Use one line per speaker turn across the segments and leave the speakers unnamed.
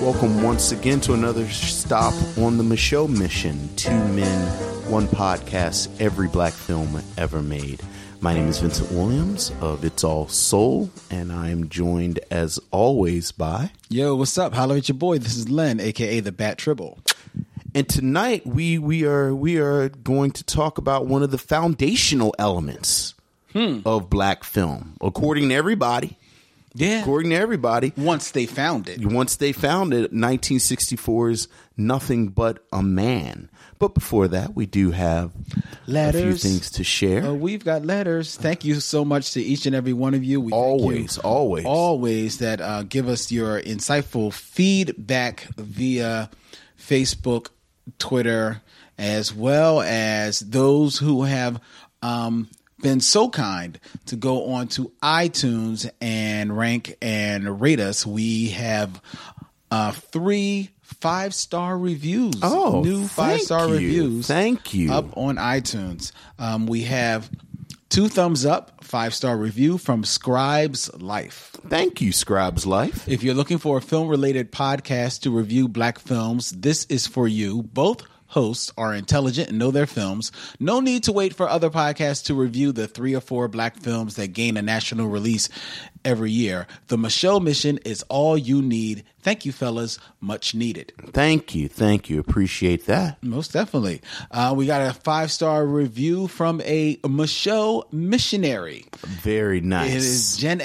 Welcome once again to another stop on the Michelle Mission. Two men, one podcast, every black film ever made. My name is Vincent Williams of It's All Soul, and I am joined as always by.
Yo, what's up? Holla at your boy. This is Len, aka the Bat Tribble.
And tonight we we are we are going to talk about one of the foundational elements of black film, according to everybody.
Yeah.
According to everybody,
Once they found it.
once they found it, 1964's Nothing But a Man. But before that, we do have a few
Letters.
things to share.
Uh, we've got letters. Thank you so much to each and every one of you. We thank you
Always, always.
always that uh, give us your insightful feedback via Facebook, Twitter, as well as those who have um, been so kind to go on to iTunes and rank and rate us. We have uh, three five star reviews.
Oh,
new
thank
five star
you.
reviews.
Thank you.
Up on iTunes. Um, we have two thumbs up, five star review from Scribes Life.
Thank you, Scribes Life.
If you're looking for a film related podcast to review black films, this is for you. Both hosts are intelligent and know their films. No need to wait for other podcasts to review the three or four black films that gain a national release every year. The Michelle Mission is all you need. Thank you, fellas. Much needed.
Thank you, thank you. Appreciate that.
Most definitely. Uh, we got a five star review from a Michelle missionary.
Very nice.
It is Gen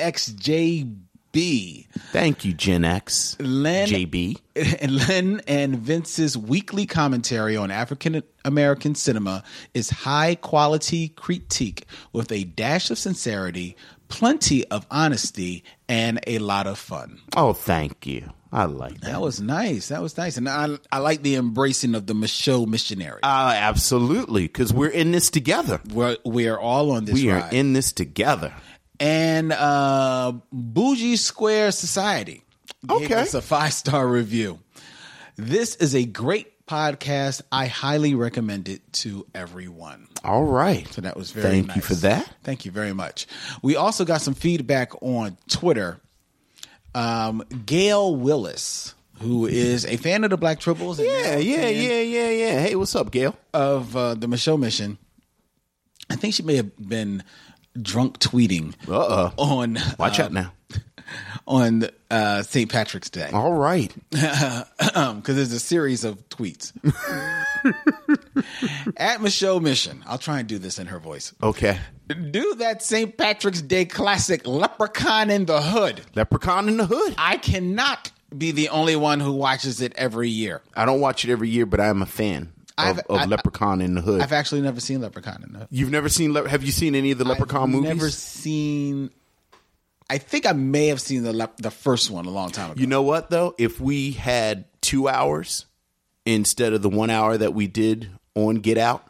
XJB.
Thank you, Gen X.
Len-
JB.
and Len and Vince's weekly commentary on African American cinema is high quality critique with a dash of sincerity, plenty of honesty, and a lot of fun.
Oh, thank you. I like that.
That was nice. That was nice. And I, I like the embracing of the Michelle missionary.
Uh, absolutely, because we're in this together.
We're, we are all on this
We are
ride.
in this together.
and uh, Bougie Square Society gave
Okay.
us a five star review. This is a great podcast. I highly recommend it to everyone.
All right.
So that was very
Thank you
nice.
for that.
Thank you very much. We also got some feedback on Twitter. Um, Gail Willis, who is a fan of the Black Tribbles. and now
Yeah,
a
yeah,
fan
yeah, yeah, yeah. Hey, what's up, Gail?
Of uh, the Michelle Mission. I think she may have been drunk tweeting
Uh-uh.
on
Watch
uh,
out now.
on uh, St. Patrick's Day.
All right. Oh.
because there's a series of tweets. At Michelle Mission, I'll try and do this in her voice.
Okay.
Do that St. Patrick's Day classic, Leprechaun in the Hood.
Leprechaun in the Hood.
I cannot be the only one who watches it every year.
I don't watch it every year, but I am a fan of,
I've-
of
I-
Leprechaun in the Hood.
I've actually never seen Leprechaun in the Hood.
You've never seen? Le- have you seen any of the Leprechaun
I've
movies?
Never seen. I think I may have seen the lep- the first one a long time ago.
you know what though? If we had two hours instead of the one hour that we did on Get Out,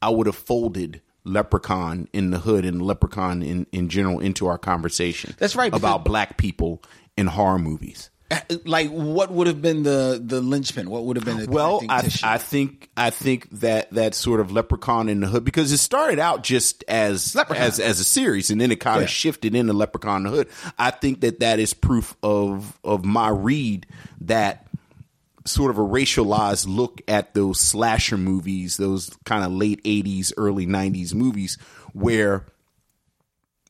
I would have folded Leprechaun in the Hood and Leprechaun in in general into our conversation.
That's right, because-
about black people in horror movies.
Uh, like what would have been the the linchpin? What would have been the
Well,
connecting
I,
tissue?
I think I think that that sort of leprechaun in the hood because it started out just as
Leprechaun.
as as a series and then it kind
Yeah.
of shifted into leprechaun in the hood. I think that that is proof of of my read that sort of a racialized look at those slasher movies, those kind of late 80s early 90s movies where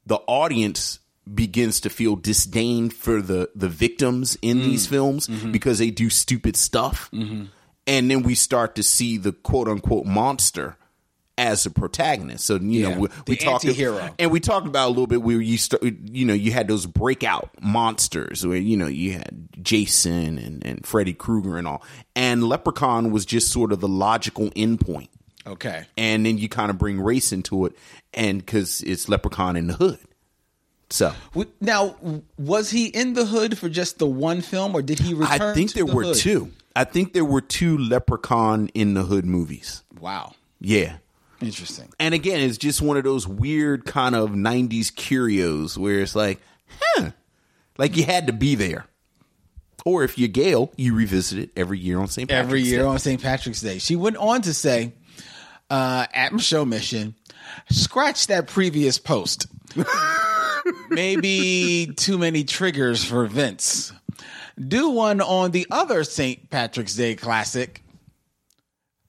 the audience begins to feel disdain for the the victims in
Mm.
these films
Mm-hmm.
because they do stupid stuff and then we start to see the quote unquote monster as a protagonist so you
Yeah,
know we, we
the
talked
anti-hero.
and we talked about a little bit where you start you know you had those breakout monsters where you know you had jason and, and freddy krueger and all and leprechaun was just sort of the logical endpoint
Okay.
and then you kind of bring race into it, and because it's Leprechaun in the Hood. So
W- Now, w- was he in the hood for just the one film, or did he return?
I think
to
there
the
were
hood?
two. I think there were two Leprechaun in the Hood movies.
Wow,
Yeah.
interesting.
And again, it's just one of those weird kind of 90s curios where it's like, huh, like you had to be there. Or if you're Gail, you revisit it every year on St. Patrick's
Every year
Day.
on St. Patrick's Day, she went on to say, uh, "At my show mission, scratch that previous post. Maybe too many triggers for Vince. Do one on the other St. Patrick's Day classic."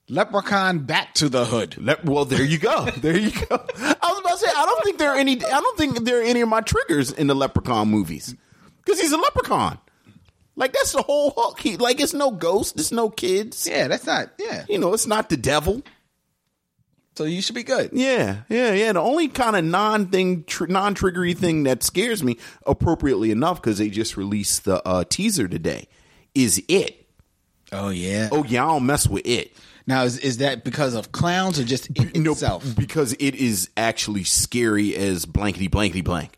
Leprechaun back to the hood.
Let- well, there you go. There you go. I was about to say, I don't think there are any. I don't think there are any of my triggers in the Leprechaun movies because he's a Leprechaun. Like that's the whole hook. He, like it's no ghost. It's no kids.
Yeah, that's not. Yeah,
You know, it's not the devil.
so you should be good.
Yeah, yeah, yeah. The only kind of non thing, tr- non triggery thing that scares me, appropriately enough, because they just released the uh, teaser today, is it.
Oh yeah.
Oh yeah, I don't mess with it.
Now, is, is that because of clowns or just it
No,
itself?
because it is actually scary as blankety blankety blank.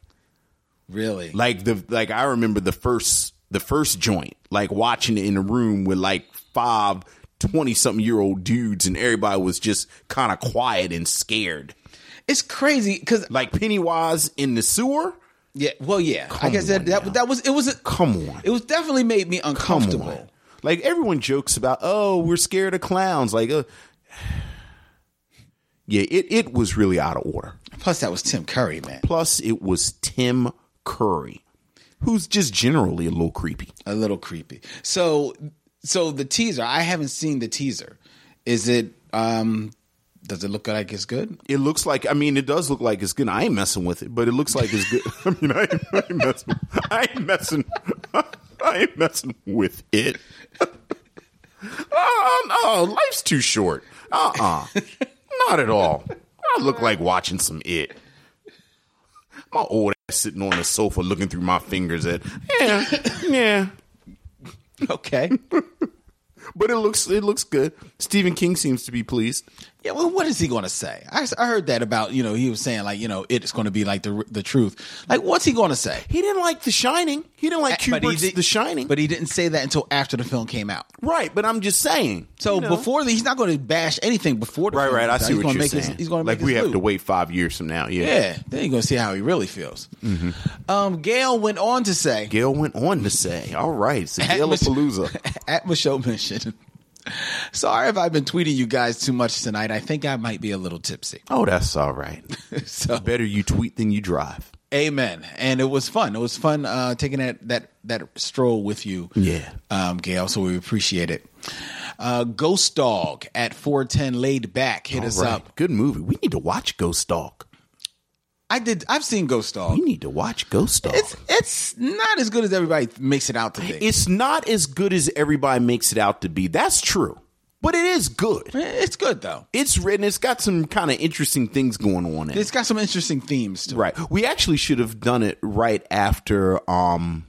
Really?
Like the like I remember the first the first joint, like watching it in a room with like five 20 something year old dudes and everybody was just kind of quiet and scared.
it's crazy because
Like Pennywise in the sewer?
yeah. Well, yeah. I guess
on
that
now.
that, that was it was a,
Come on.
it was definitely made me
Come
uncomfortable.
on. Like everyone jokes about, "Oh, we're scared of clowns." Like uh, Yeah, it it was really out of order.
Plus, that was Tim Curry, man.
Plus it was Tim Curry, who's just generally a little creepy.
A little creepy. So, so the teaser. I haven't seen the teaser. Is it? um Does it look like it's good?
It looks like I mean it does look like it's good. I ain't messing with it, but it looks like it's good. I mean I ain't, I ain't messing. I ain't messing. I ain't messing with it. Oh no, life's too short. Uh uh not at all. I look like watching some it. My old ass sitting on the sofa looking through my fingers at yeah yeah.
Okay.
But it looks it looks good. Stephen King seems to be pleased.
Yeah, well, what is he going to say? I, s- I heard that about you know he was saying like you know it's going to be like the r- the truth. Like what's he going to say?
He didn't like The Shining. He didn't like
Eh, But he
Kubrick's
did-
The Shining.
But he didn't say that until after the film came out.
Right, but I'm just saying.
So
You know.
before the, he's not going to bash anything before the
right,
film
right. I
comes out.
see
he's
what
gonna
you're
make
saying.
His, he's going to
like
make
we
his
have to
move.
wait five years from now. Yeah.
Yeah, then you're going to see how he really feels.
Mm-hmm.
Um, Gail went on to say
Gail went on to say, "All right, so Gail Palooza."
at Michelle Mission. Sorry if I've been tweeting you guys too much tonight. I think I might be a little tipsy.
Oh, that's all right.
So,
Better you tweet than you drive.
amen. And it was fun. It was fun uh, taking that that that stroll with you.
Yeah.
um, Gail. So we appreciate it. Uh, Ghost Dog at four ten laid back hit us
All right.
up.
Good movie. We need to watch Ghost Dog.
I did. I've seen Ghost Dog.
We need to watch Ghost Dog.
It's
It's,
it's not as good as everybody makes it out to be.
not as good as everybody makes it out to be. That's true, but it is good.
It's good though.
It's written. It's got some kind of interesting things going on in it.
It's got some interesting themes to it.
Right. We actually should have done it right after um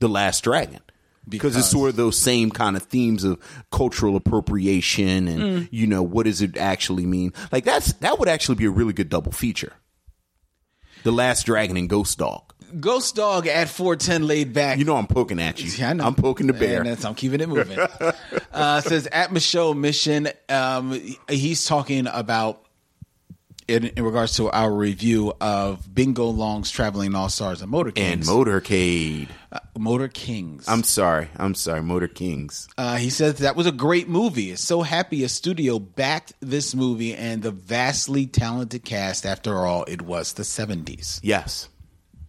The Last Dragon. Because, it's sort of those same kind of themes of cultural appropriation and
Mm.
you know, what does it actually mean? Like that's that would actually be a really good double feature. The Last Dragon and Ghost Dog.
Ghost Dog at four ten laid back.
You know I'm poking at you.
Yeah, I know.
I'm poking the bear.
And that's, I'm keeping it moving. uh, says at Michelle Mission, um, he's talking about in, in regards to our review of Bingo Long's Traveling All Stars and Motor
and
Kings. Uh,
Motorcade.
Motor Kings.
I'm sorry. I'm sorry. Motor Kings.
Uh, he says that was a great movie. So happy a studio backed this movie and the vastly talented cast. After all, it was the 70s.
Yes.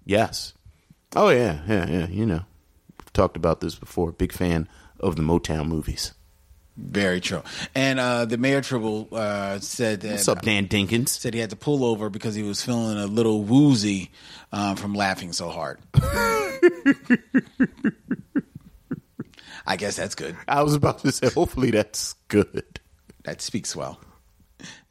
Yes. Oh yeah, yeah, yeah. You know, we've talked about this before. Big fan of the Motown movies.
Very true. And uh, the mayor Tribble uh, said that
What's up, Dan Dinkins?
said he had to pull over because he was feeling a little woozy um, from laughing so hard. I guess that's good.
I was about to say, hopefully that's good.
That speaks well.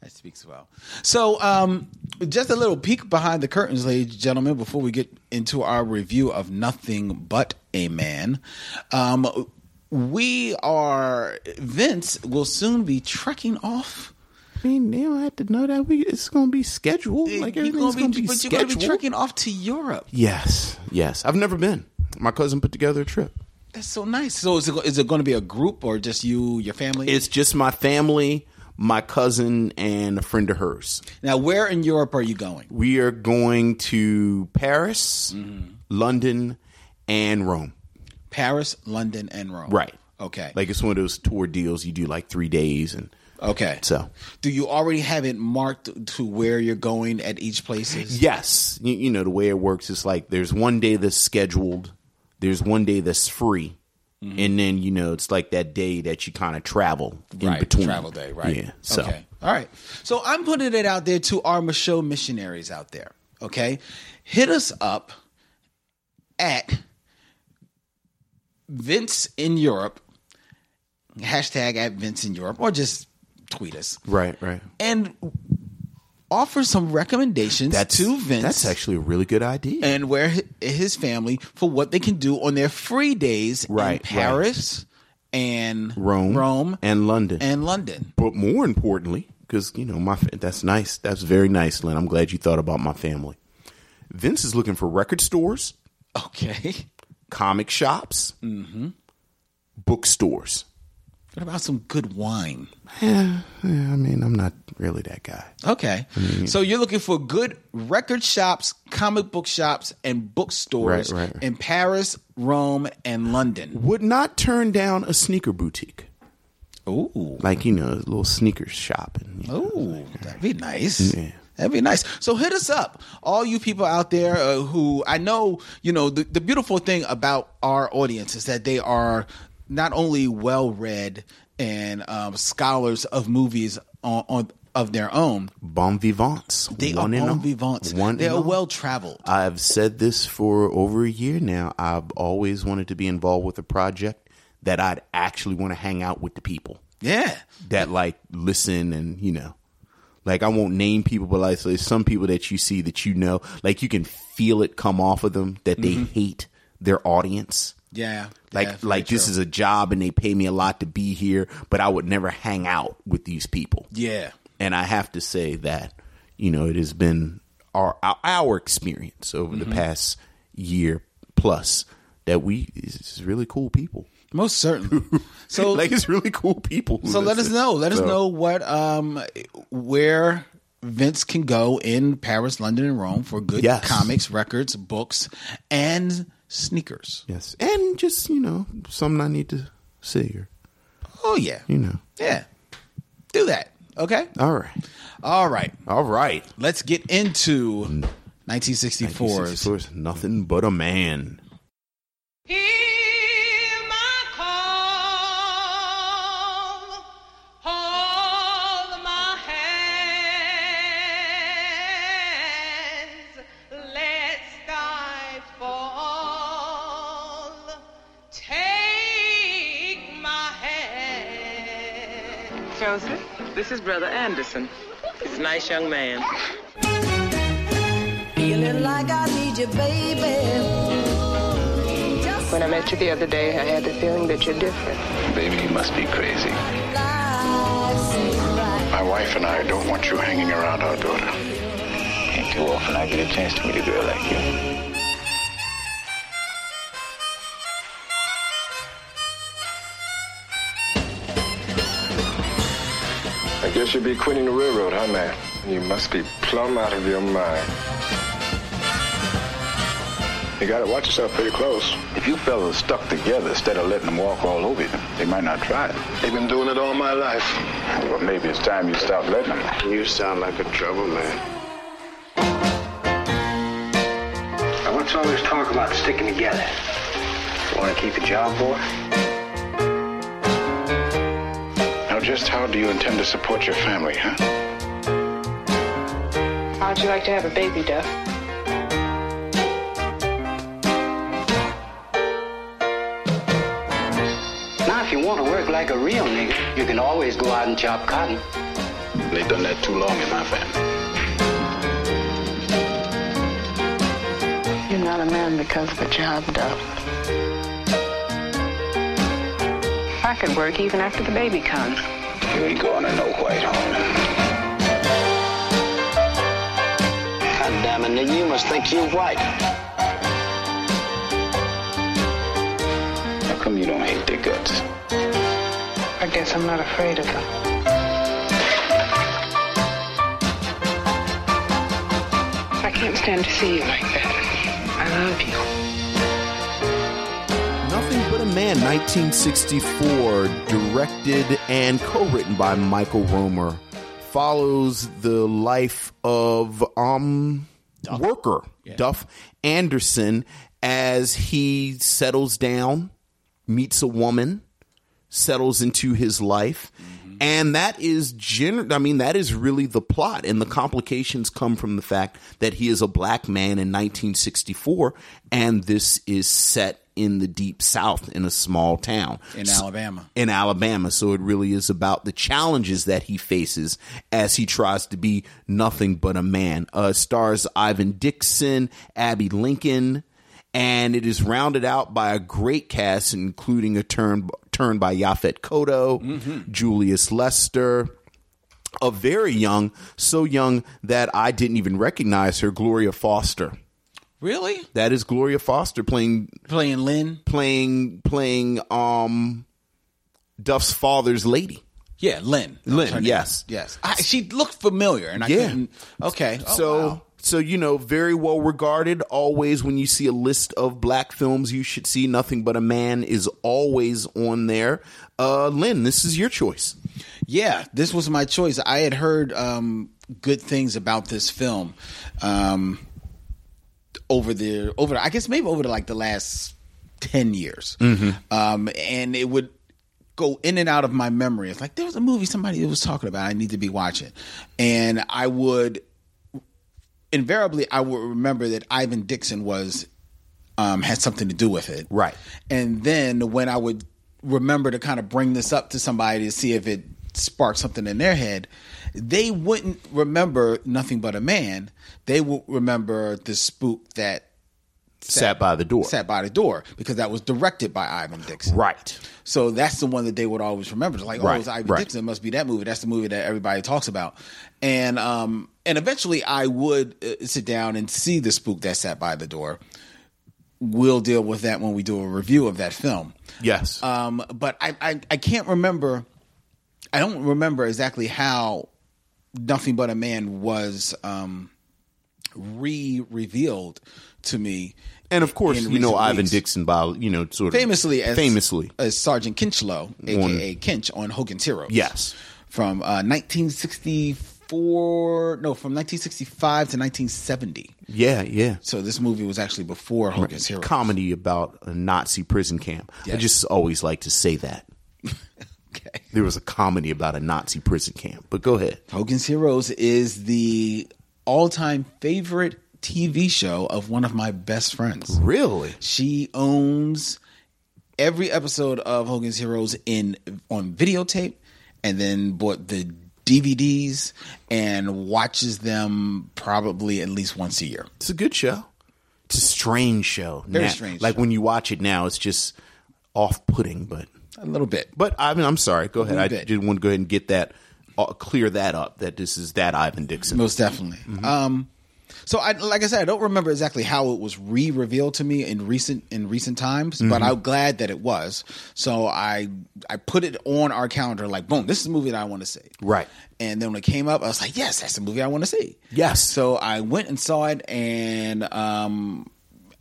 That speaks well. So, um, just a little peek behind the curtains, ladies and gentlemen, before we get into our review of Nothing But a Man. Um, we are, Vince will soon be trekking off
mean, they don't have to know that. We it's going to be scheduled. Like
You're
everything's going to be
but you're going to
scheduled.
be trekking off to Europe.
yes, yes. I've never been. My cousin put together a trip.
That's so nice. So is it, is it going to be a group or just you, your family?
It's just my family, my cousin, and a friend of hers.
now, where in Europe are you going?
We are going to Paris,
Mm-hmm.
London, and Rome.
Paris, London, and Rome.
Right.
Okay.
Like it's one of those tour deals you do like three days, and
okay.
so
do you already have it marked to where you're going at each places?
yes, you, you know the way it works is like there's one day that's scheduled, there's one day that's free,
Mm-hmm.
and then you know it's like that day that you kind of travel in
right.
between
Travel day, right?
Yeah, so
Okay. All right. So I'm putting it out there to our show missionaries out there. Okay. Hit us up at Vince in Europe, hashtag at Vince in Europe, or just tweet us
right, right.
and offer some recommendations
That's
to Vince
That's actually a really good idea.
and where hi- his family for what they can do on their free days in
Right,
Paris and
Rome,
Rome
and London,
and London.
but more importantly, because you know my fa- that's nice. That's very nice, Lynn. I'm glad you thought about my family. Vince is looking for record stores,
Okay.
comic shops,
Mm-hmm.
bookstores.
What about some good wine?
Eh, Yeah, I mean, I'm not really that guy.
Okay.
Mm.
So you're looking for good record shops, comic book shops, and bookstores
Right, right, right.
in Paris, Rome, and London.
Would not turn down a sneaker boutique,
Ooh.
like you know, a little sneakers shop. And, you know,
Ooh, Oh, that'd be nice.
Yeah.
That'd be nice. So hit us up, all you people out there uh, who I know. You know, the, the beautiful thing about our audience is that they are not only well read and um, scholars of movies on, on of their own.
Bon vivants.
They
one
are
and
bon
all.
vivants.
One
they
and
are
all.
well traveled.
I've said this for over a year now. I've always wanted to be involved with a project that I'd actually want to hang out with the people
Yeah.
that like listen and you know, like I won't name people, but like so there's some people that you see that you know, like you can feel it come off of them that they hate their audience.
Yeah.
Like
Mm-hmm. Yeah, very
like this
true.
is a job and they pay me a lot to be here, but I would never hang out with these people.
Yeah.
And I have to say that, you know, it has been our our experience over
Mm-hmm.
the past year plus that we is really cool people.
Most certainly. So
like it's really cool people. who
so let us
listen.
know. Let us
So-
know what um where Vince can go in Paris, London, and Rome for good
Yes.
comics, records, books, and sneakers.
Yes. And just, you know, something I need to see or
Oh yeah.
you know.
Yeah. Do that. Okay?
All right.
All right.
All Mm. right.
Let's get into 1964's
Fours. Nothing but a man.
Hear my call, hold my hands, let's dive fall. Take my hand.
Joseph, this is Brother Anderson. He's a nice young man.
Feeling like I need you, baby. Just
When I met you the other day, I had the feeling that you're different.
Baby, you must be crazy.
like seems right.
My wife and I don't want you hanging around our daughter. Ain't too often I get a chance to meet a girl like you.
I guess you'd be quitting the railroad, huh, man? You must be plumb out of your mind.
You gotta watch yourself pretty close. If you fellas stuck together instead of letting them walk all over you, they might not try it.
They've been doing it all my life.
Well, maybe it's time you stop letting them.
You sound like a trouble man.
What's all this talk about sticking together?
Want to keep a job, boy? Now, just how do you intend to support your family, huh?
How'd you like to have a baby, Duff?
Now, if you want to work like a real nigga, you can always go out and chop cotton.
They've done that too long in my family.
You're not a man because of a job, Duff. I could work even after the baby comes.
You ain't going to no white home.
God damn it, nigga, you must think you're white.
How come you don't hate their guts?
I guess I'm not afraid of them. I can't stand to see you like that. I love you.
Nothing But a Man, 1964, directed and co written by Michael Romer, follows the life of um, worker Duff Anderson as he settles down, meets a woman, settles into his life. And that is gen- I mean that is really the plot and the complications come from the fact that he is a black man in 1964 and this is set in the deep south in a small town
in
So-
Alabama.
in Alabama. So it really is about the challenges that he faces as he tries to be nothing but a man. Uh, stars Ivan Dixon, Abby Lincoln, and it is rounded out by a great cast, including a turn turn by Yafet Koto, Julius Lester. A very young, so young that I didn't even recognize her, Gloria Foster.
Really?
That is Gloria Foster playing
Playing Lynn?
playing playing um Duff's father's lady.
Yeah, Lynn. That was
Lynn,
her name.
yes.
Yes. I, she looked familiar and I
Yeah.
couldn't. Okay. Oh,
so
wow.
so you know, very well regarded. Always when you see a list of black films you should see, Nothing But a Man is always on there. Uh Lynn, this is your choice.
Yeah, this was my choice. I had heard um, good things about this film um, over the over. I guess maybe over the, like the last ten years, um, and it would go in and out of my memory. It's like there was a movie somebody was talking about. I need to be watching, and I would invariably I would remember that Ivan Dixon was um, had something to do with it,
Right.
And then when I would remember to kind of bring this up to somebody to see if it sparked something in their head, they wouldn't remember nothing but a man. They would remember the spook that
Sat, by the door.
sat by the door because that was directed by Ivan Dixon.
right.
So that's the one that they would always remember. It's like, oh,
Right,
it was Ivan
right.
Dixon. It must be that movie. That's the movie that everybody talks about. And um, and eventually, I would uh, sit down and see the spook that sat by the door. We'll deal with that when we do a review of that film.
Yes.
Um, but I, I I can't remember. I don't remember exactly how nothing but a man was um, re revealed to me.
and of course,
in
you know
recent
Ivan
weeks.
Dixon by you know sort of
famously as
famously.
as Sergeant Kinchlow, aka Kinch, on Hogan's Heroes.
Yes.
from uh, 1964. No, from 1965 to 1970.
yeah, yeah.
So this movie was actually before Hogan's Heroes.
Comedy about a Nazi prison camp. I
Yes.
just always like to say that.
Okay.
There was a comedy about a Nazi prison camp. But go ahead.
Hogan's Heroes is the all-time favorite TV show of one of my best friends.
Really?
She owns every episode of Hogan's Heroes in on videotape, and then bought the DVDs and watches them probably at least once a year.
It's a good show. It's a strange show.
Very strange
Like
show.
when you watch it now, it's just off putting. But
A little bit.
but I mean, I'm sorry. Go ahead. I
bit.
did want to go ahead and get that uh, clear that up. That this is that Ivan Dixon.
Most definitely.
Mm-hmm.
Um, so I like I said, I don't remember exactly how it was re revealed to me in recent in recent times, but
Mm-hmm.
I'm glad that it was. So I I put it on our calendar like boom, this is the movie that I want to see.
Right.
And then when it came up, I was like, yes, that's the movie I want to see.
Yes.
So I went and saw it and um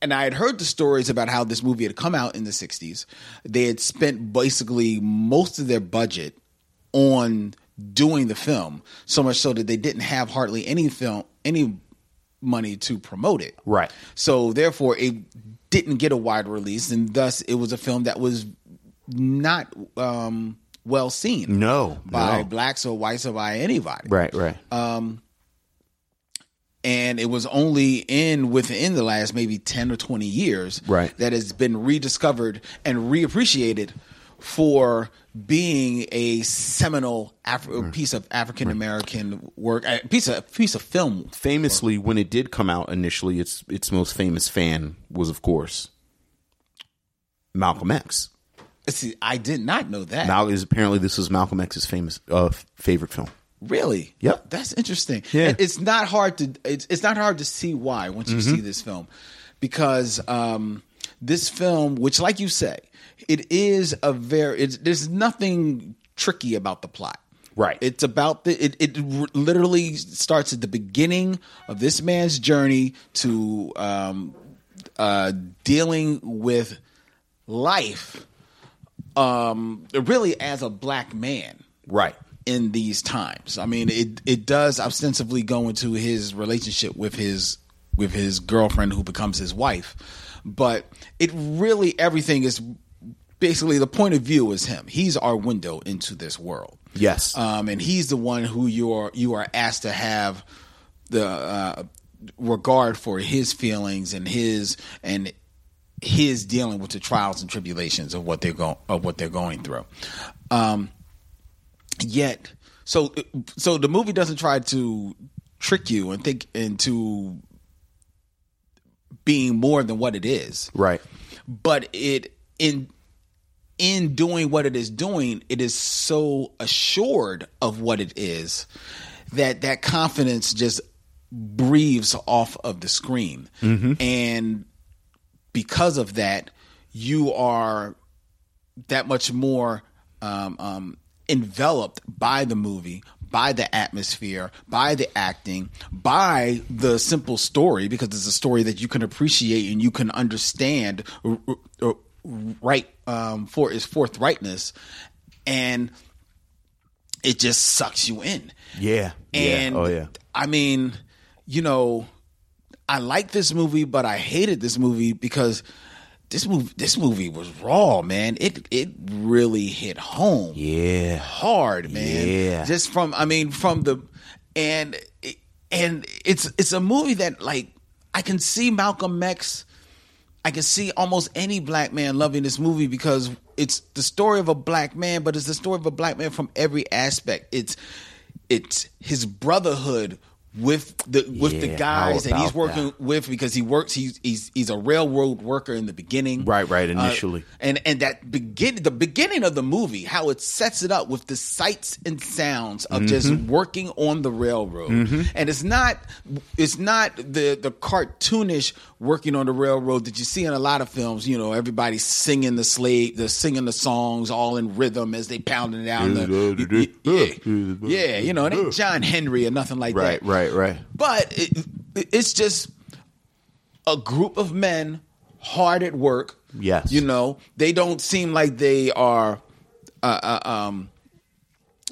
and I had heard the stories about how this movie had come out in the 60s. They had spent basically most of their budget on doing the film, so much so that they didn't have hardly any film any money to promote it.
Right.
So therefore it didn't get a wide release and thus it was a film that was not um well seen
No, Uh,
by
no.
blacks or whites or by anybody
Right, right.
and it was only in within the last maybe 10 or 20 years
Right.
that has been rediscovered and reappreciated for being a seminal Af- piece of African American work, a piece of piece of film.
Famously, when it did come out initially, its its most famous fan was, of course, Malcolm X.
See, I did not know that.
Mal is apparently this was Malcolm X's famous uh, favorite film.
Really?
Yep.
That's interesting.
Yeah.
And It's not hard to it's, it's not hard to see why once you
Mm-hmm.
see this film because um this film which like you say it is a very it's, there's nothing tricky about the plot.
Right.
It's about the it, it r- literally starts at the beginning of this man's journey to um uh dealing with life um really as a black man
Right.
in these times. I mean, it it does ostensibly go into his relationship with his with his girlfriend who becomes his wife, but it really everything is basically the point of view is him. He's our window into this world.
Yes.
Um, and he's the one who you are you are asked to have the uh, regard for his feelings and his and his dealing with the trials and tribulations of what they're going of what they're going through. Um, yet so so the movie doesn't try to trick you and think into being more than what it is
right.
but it in in doing what it is doing it is so assured of what it is that that confidence just breathes off of the screen and because of that you are that much more um, um, enveloped by the movie, by the atmosphere, by the acting, by the simple story, because it's a story that you can appreciate and you can understand r- r- r- right um, for its forthrightness, and it just sucks you in.
Yeah.
And
yeah. Oh yeah.
I mean, you know, I like this movie, but I hated this movie because this movie this movie was raw, man. It it really hit home
Yeah.
hard, man.
Yeah.
Just from I mean from the and and it's it's a movie that like I can see Malcolm X I can see almost any black man loving this movie because it's the story of a black man, but it's the story of a black man from every aspect. It's it's his brotherhood with the with the
Yeah, how
guys that he's
about
working
that?
with because he works he's he's he's a railroad worker in the beginning.
Right, right,
Uh,
initially.
and and that begin the beginning of the movie, how it sets it up with the sights and sounds of just
Mm-hmm.
working on the railroad, and it's not it's not the the cartoonish working on the railroad that you see in a lot of films. You know, everybody singing the slave, the singing the songs all in rhythm as they pounding it out. in the, yeah, yeah, you know, it ain't John Henry or nothing like
Right. Right.
that
Right.
but it, it's just a group of men hard at work.
Yes.
you know they don't seem like they are uh, uh, um,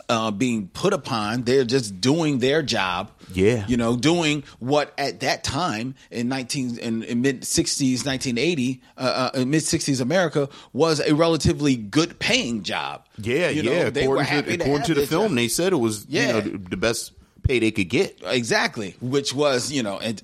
uh, being put upon. They're just doing their job.
Yeah.
you know, doing what at that time in nineteen in, in mid sixties, nineteen eighty, uh, uh, mid sixties America was a relatively good paying job.
Yeah.
You know,
yeah.
they were
according
happy
to,
to
according
have
to the
this
film,
job.
they said it was
Yeah. Uh,
you know the best pay they could get.
Exactly, which was you know, and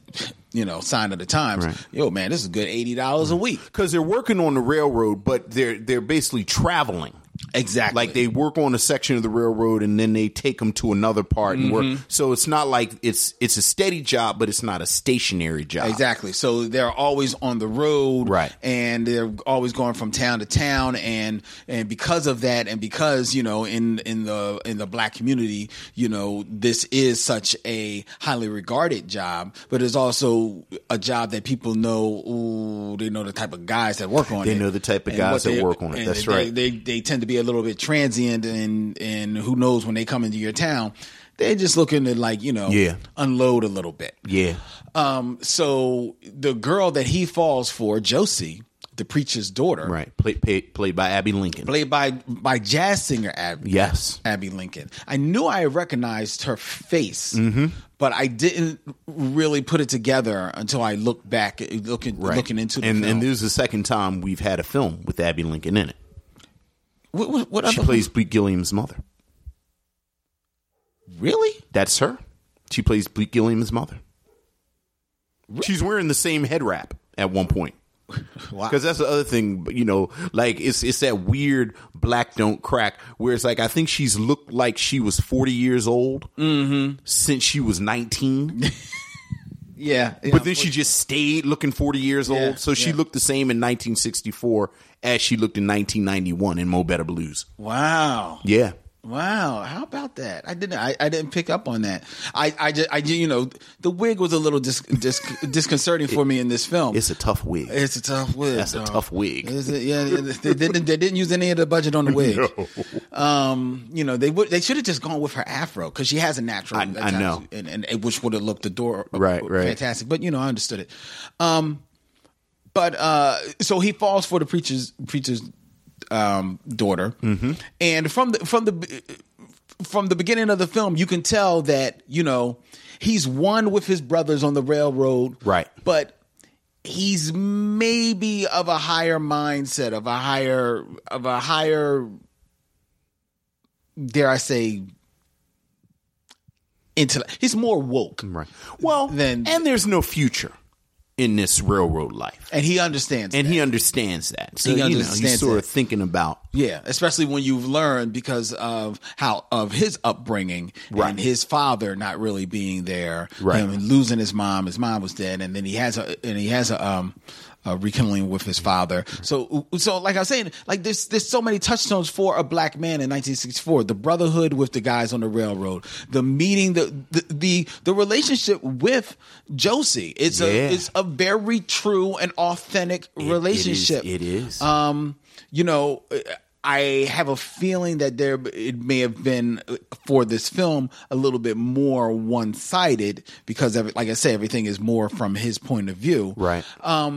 you know, sign of the times.
Right.
Yo, man, this is a good eighty dollars a week.
because they're working on the railroad, but they're they're basically traveling.
Exactly,
Like they work on a section of the railroad and then they take them to another part and
Mm-hmm.
work. So it's not like it's it's a steady job, but it's not a stationary job.
exactly. So they're always on the road,
Right.
And they're always going from town to town, and and because of that, and because you know, in in the in the black community, you know, this is such a highly regarded job, but it's also a job that people know. Ooh, they know the type of guys that work on it.
They know the type of
And what
guys that
they-
work on it.
and
That's
they-
right.
They, they tend to be a little bit transient, and and who knows when they come into your town, they're just looking to like you know
Yeah.
unload a little bit.
Yeah.
Um, so the girl that he falls for, Josie, the preacher's daughter,
Right. Play, pay, played by Abby Lincoln.
played by by jazz singer Abby,
yes.
Abby Lincoln. I knew I recognized her face,
Mm-hmm.
but I didn't really put it together until I looked back, looking
Right.
looking into the
and
film.
and this is the second time we've had a film with Abby Lincoln in it.
what, what, what
She
other-
plays Bleak Gilliam's mother.
really?
That's her. She plays Bleak Gilliam's mother. She's wearing the same head wrap at one point.
Wow.
Because that's the other thing, you know, like it's it's that weird black don't crack where it's like I think she's looked like she was forty years old
Mm-hmm.
since she was nineteen,
Yeah,
but then she just stayed looking forty years
Yeah,
old. So she
yeah.
looked the same in nineteen sixty four as she looked in nineteen ninety one in Mo Better Blues.
wow,
Yeah,
Wow, how about that? I didn't. I, I didn't pick up on that. I, I just, I, you know, the wig was a little dis, dis, disconcerting for me in this film.
It's a tough wig.
It's a tough wig.
That's a
dog.
tough wig.
Is it- yeah, they didn't, they didn't use any of the budget on the wig. Um, you know, they would they should have just gone with her afro because she has a natural.
I-
at
I
times,
know.
and, and it- which would have looked adorable,
Right, right.
fantastic. But you know, I understood it. Um, but uh, so he falls for the preacher's preacher's um, daughter,
Mm-hmm.
and from the from the from the beginning of the film, you can tell that you know he's one with his brothers on the railroad,
Right.
But he's maybe of a higher mindset, of a higher, of a higher, dare I say, intellect. He's more woke,
Right. Well,
Then-
and there's no future in this railroad life,
and he understands.
and
that.
he understands that. So
He
you know, he's
understands
sort
that.
of thinking about
Yeah, especially when you've learned because of how of his upbringing
Right.
and his father not really being there,
Right.
him losing his mom. His mom was dead, and then he has a and he has a um a rekindling with his father. So so like I was saying, like there's there's so many touchstones for a black man in 1964. The brotherhood with the guys on the railroad, the meeting, the the the, the relationship with Josie. It's
Yeah.
a it's a very true and authentic
it- it is-
relationship
It is.
um, you know, I have a feeling that there it may have been uh, for this film a little bit more one sided because, of, like I said, everything is more from his point of view.
right.
uh,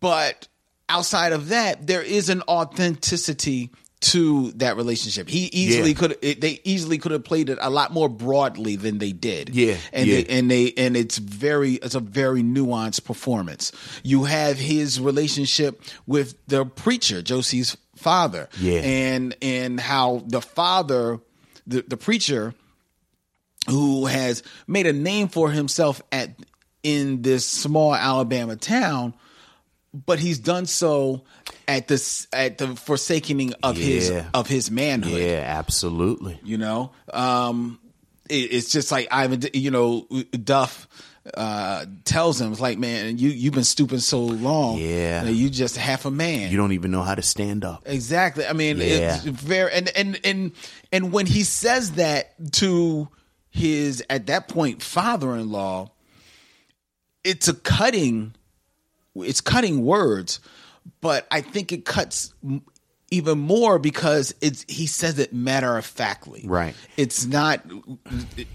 But outside of that, there is an authenticity to that relationship. He easily
Yeah.
could it, they easily could have played it a lot more broadly than they did.
Yeah,
And
yeah.
They, and they and it's very it's a very nuanced performance. You have his relationship with the preacher, Josie's father.
Yeah.
And and how the father the, the preacher who has made a name for himself at in this small Alabama town, but he's done so at this at the forsaking of his
Yeah.
of his manhood.
yeah, absolutely.
You know, um, it, it's just like Ivan, D- you know, Duff uh tells him it's like man you you've been stupid so long
Yeah.
that you just half a man
You don't even know how to stand up.
Exactly. I mean, it's
Yeah.
very and and and and when he says that to his at that point father-in-law, it's a cutting, it's cutting words, but I think it cuts m- even more because it's he says it matter of factly.
Right.
It's not.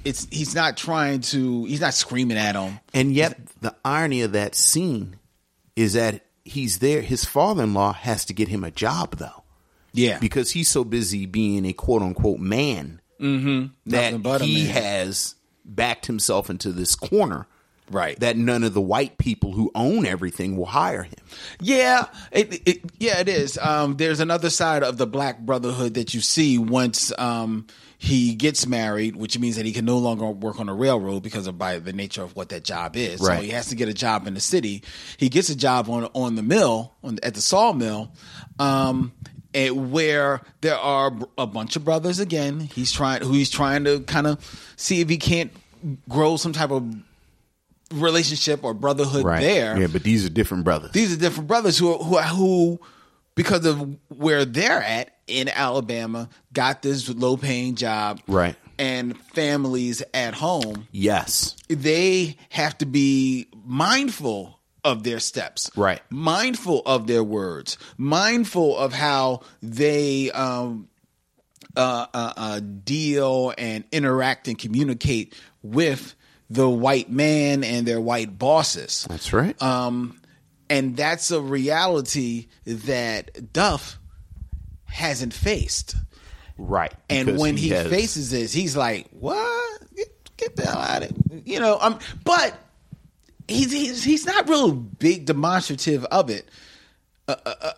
It's he's not trying to. He's not screaming at him.
And yet, the irony of that scene is that he's there. His father in law has to get him a job, though,
Yeah.
because he's so busy being a quote unquote man that
Mm-hmm. Nothing but a
he
man.
has backed himself into this corner.
Right.
That none of the white people who own everything will hire him.
Yeah, it, it yeah it is. Um, there's another side of the black brotherhood that you see once um, he gets married, which means that he can no longer work on a railroad because of by the nature of what that job is. So
Right.
he has to get a job in the city. He gets a job on on the mill on at the sawmill. Um, and where there are b- a bunch of brothers again, he's trying who he's trying to kind of see if he can't grow some type of relationship or brotherhood there
Yeah, but these are different brothers.
these are different brothers who who who because of where they're at in Alabama got this low paying job
Right.
and families at home
yes.
they have to be mindful of their steps
Right.
mindful of their words mindful of how they um uh, uh, uh, deal and interact and communicate with the white man and their white bosses
That's right.
um, and that's a reality that Duff hasn't faced.
right.
And
because
when he,
has-
faces this, he's like, "What? Get, get the hell out of you know." Um, but he's he's he's not real big demonstrative of it. Uh, uh, uh,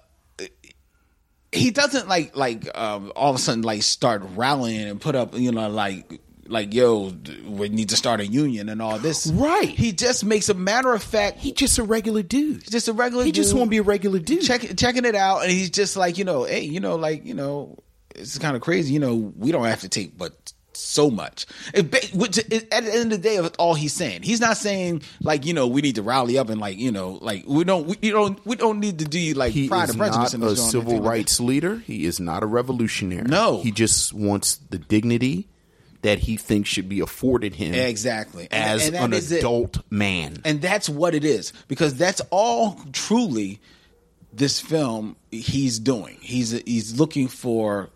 he doesn't like like um, all of a sudden like start rallying and put up you know like like yo d- we need to start a union and all this
Right.
he just makes a matter of fact
He just a regular dude.
just a regular.
he just
dude
want to be a regular dude.
check, checking it out, and he's just like, you know, hey, you know, like you know, it's kind of crazy. You know, we don't have to take but so much. It, ba- which it, at the end of the day, that's all he's saying. He's not saying like you know we need to rally up and like you know like we don't we you don't we don't need to do like
He
pride
is
and prejudice
not
and
a
this and that
civil
thing like
rights leader. He is not a revolutionary.
No.
he just wants the dignity that he thinks should be afforded him
that. exactly
as
that
an
is it.
adult man.
and that's what it is because that's all truly this film he's doing. He's he's looking for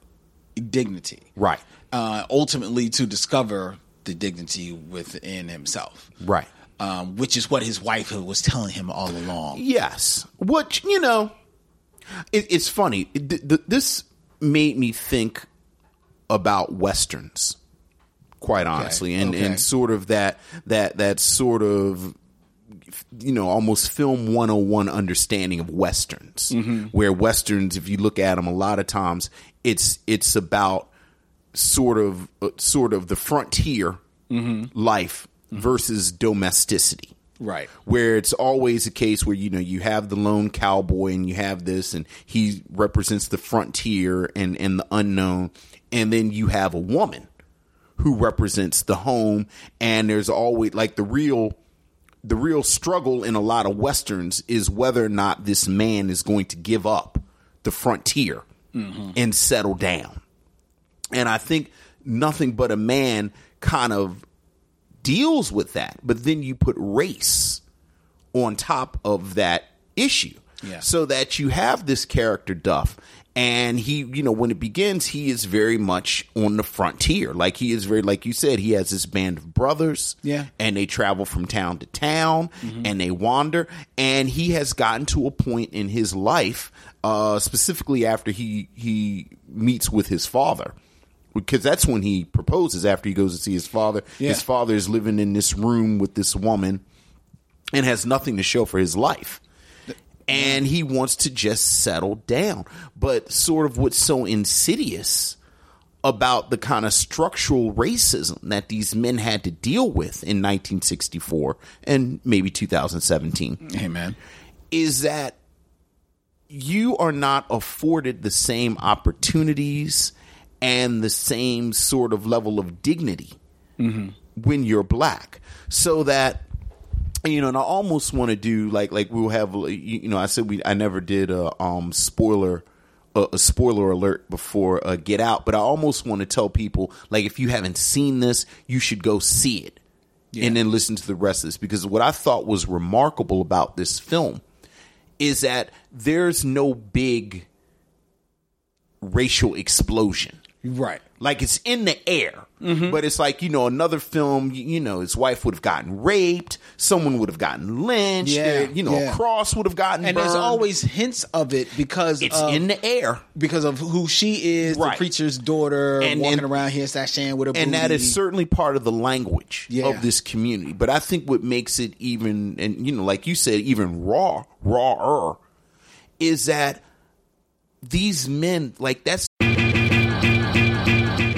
dignity,
Right.
Uh, ultimately, to discover the dignity within himself,
Right.
Um, which is what his wife was telling him all along.
Yes. Which, you know, it, it's funny. It- th- th- this made me think about Westerns, quite honestly, and,
okay.
and sort of that, that, that sort of, you know, almost film 101 understanding of Westerns,
Mm-hmm.
where Westerns, if you look at them a lot of times, it's, it's about sort of, uh, sort of the frontier
Mm-hmm.
life versus domesticity
Right.
where it's always a case where you know you have the lone cowboy and you have this and he represents the frontier and and the unknown and then you have a woman who represents the home and there's always like the real the real struggle in a lot of westerns is whether or not this man is going to give up the frontier and settle down and i think nothing but a man kind of deals with that but then you put race on top of that issue.
Yeah.
So that you have this character Duff and he you know when it begins he is very much on the frontier like he is very like you said he has this band of brothers
Yeah.
and they travel from town to town and they wander and he has gotten to a point in his life uh specifically after he he meets with his father because that's when he proposes after he goes to see his father
Yeah.
his father is living in this room with this woman and has nothing to show for his life. And he wants to just settle down. But sort of what's so insidious about the kind of structural racism that these men had to deal with in 1964 and maybe 2017
Hey, man.
is that you are not afforded the same opportunities and the same sort of level of dignity when you're black. So that you know, and I almost want to do like like we'll have like, you you know I said we I never did a um spoiler a, a spoiler alert before uh, Get Out, but I almost want to tell people like if you haven't seen this, you should go see it and then listen to the rest of this because what I thought was remarkable about this film is that there's no big racial explosion
Right.
like it's in the air
Mm-hmm.
but it's like you know another film you, you know his wife would have gotten raped someone would have gotten lynched
Yeah,
there- you know
yeah.
a cross would have gotten
And there's
burned.
always uh, hints of it because
it's
of,
in the air
because of who she is, the
Right.
preacher's daughter,
And-
walking
and-
around here sashaying with a
and that
booty.
is certainly part of the language
Yeah.
of this community but i think what makes it even and you know like you said even raw rawer is that these men like that's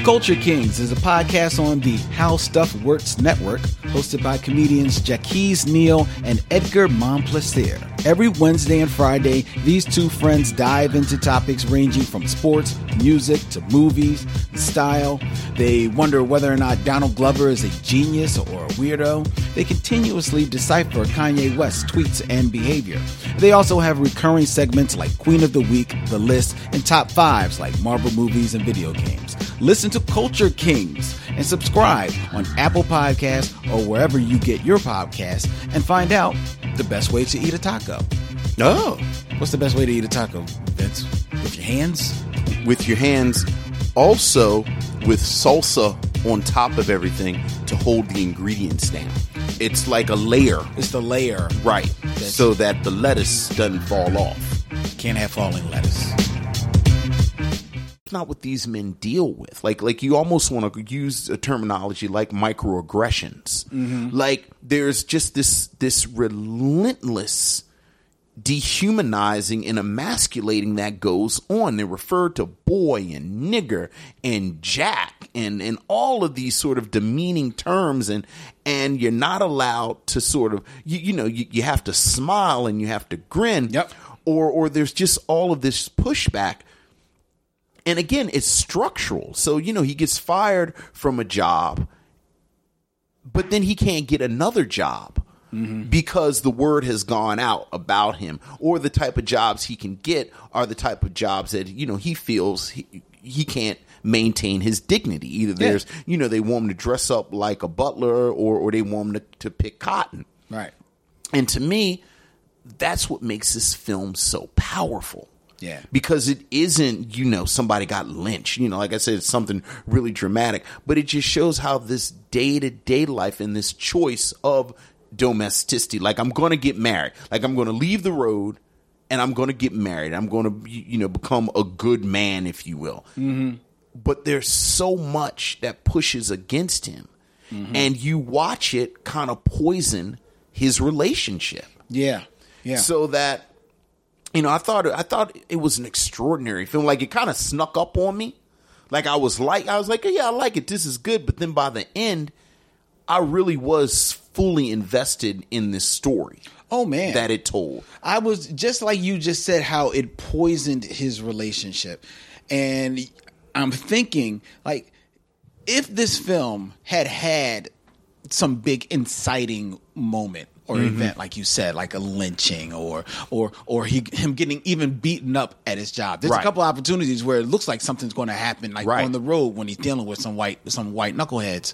Culture Kings is a podcast on the How Stuff Works Network, hosted by comedians Jackie's Neal and Edgar Monplaisir. Every Wednesday and Friday, these two friends dive into topics ranging from sports, music, to movies, style. They wonder whether or not Donald Glover is a genius or a weirdo. They continuously decipher Kanye West's tweets and behavior. They also have recurring segments like Queen of the Week, The List, and Top Fives like Marvel movies and video games. Listen to Culture Kings and subscribe on Apple Podcasts or wherever you get your podcasts and find out the best way to eat a taco.
no
What's the best way to eat a taco? That's with your hands?
with your hands, also with salsa on top of everything to hold the ingredients down. It's like a layer,
It's the layer.
right? So that the lettuce doesn't fall off.
Can't have falling lettuce.
It's not what these men deal with. Like, like you almost want to use a terminology like microaggressions. Like, there's just this this relentless dehumanizing and emasculating that goes on. They refer to boy and nigger and jack and, and all of these sort of demeaning terms and and you're not allowed to sort of you, you know you, you have to smile and you have to grin
Yep.
or or there's just all of this pushback and again, it's structural. So, you know, he gets fired from a job, but then he can't get another job because the word has gone out about him, or the type of jobs he can get are the type of jobs that, you know, he feels he, he can't maintain his dignity. Either there's, you know, they want him to dress up like a butler or, or they want him to, to pick cotton.
Right.
And to me, that's what makes this film so powerful.
Yeah.
Because it isn't, you know, somebody got lynched. You know, like I said, it's something really dramatic, but it just shows how this day to day life and this choice of domesticity, like I'm going to get married, like I'm going to leave the road and I'm going to get married. I'm going to, you know, become a good man, if you will but there's so much that pushes against him and you watch it kind of poison his relationship
Yeah. Yeah.
so that you know i thought i thought it was an extraordinary film like it kind of snuck up on me like i was like i was like yeah i like it this is good but then by the end i really was fully invested in this story
oh man.
that it told
I was just like you just said how it poisoned his relationship. And I'm thinking like if this film had had some big inciting moment or event like you said like a lynching or or or he him getting even beaten up at his job there's a
Right.
couple of opportunities where it looks like something's going to happen like
Right.
on the road when he's dealing with some white some white knuckleheads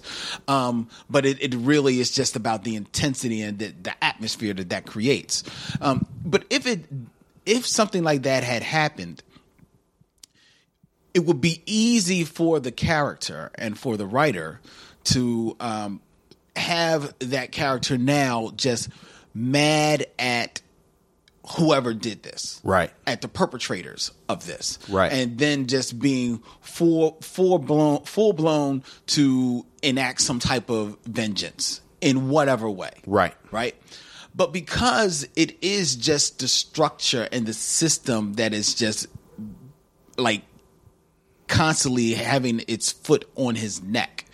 um but it, it really is just about the intensity and the, the atmosphere that that creates um but if it if something like that had happened it would be easy for the character and for the writer to um, have that character now just mad at whoever did this
Right.
at the perpetrators of this
Right.
and then just being full full blown full blown to enact some type of vengeance in whatever way
Right.
right but because it is just the structure and the system that is just like constantly having its foot on his neck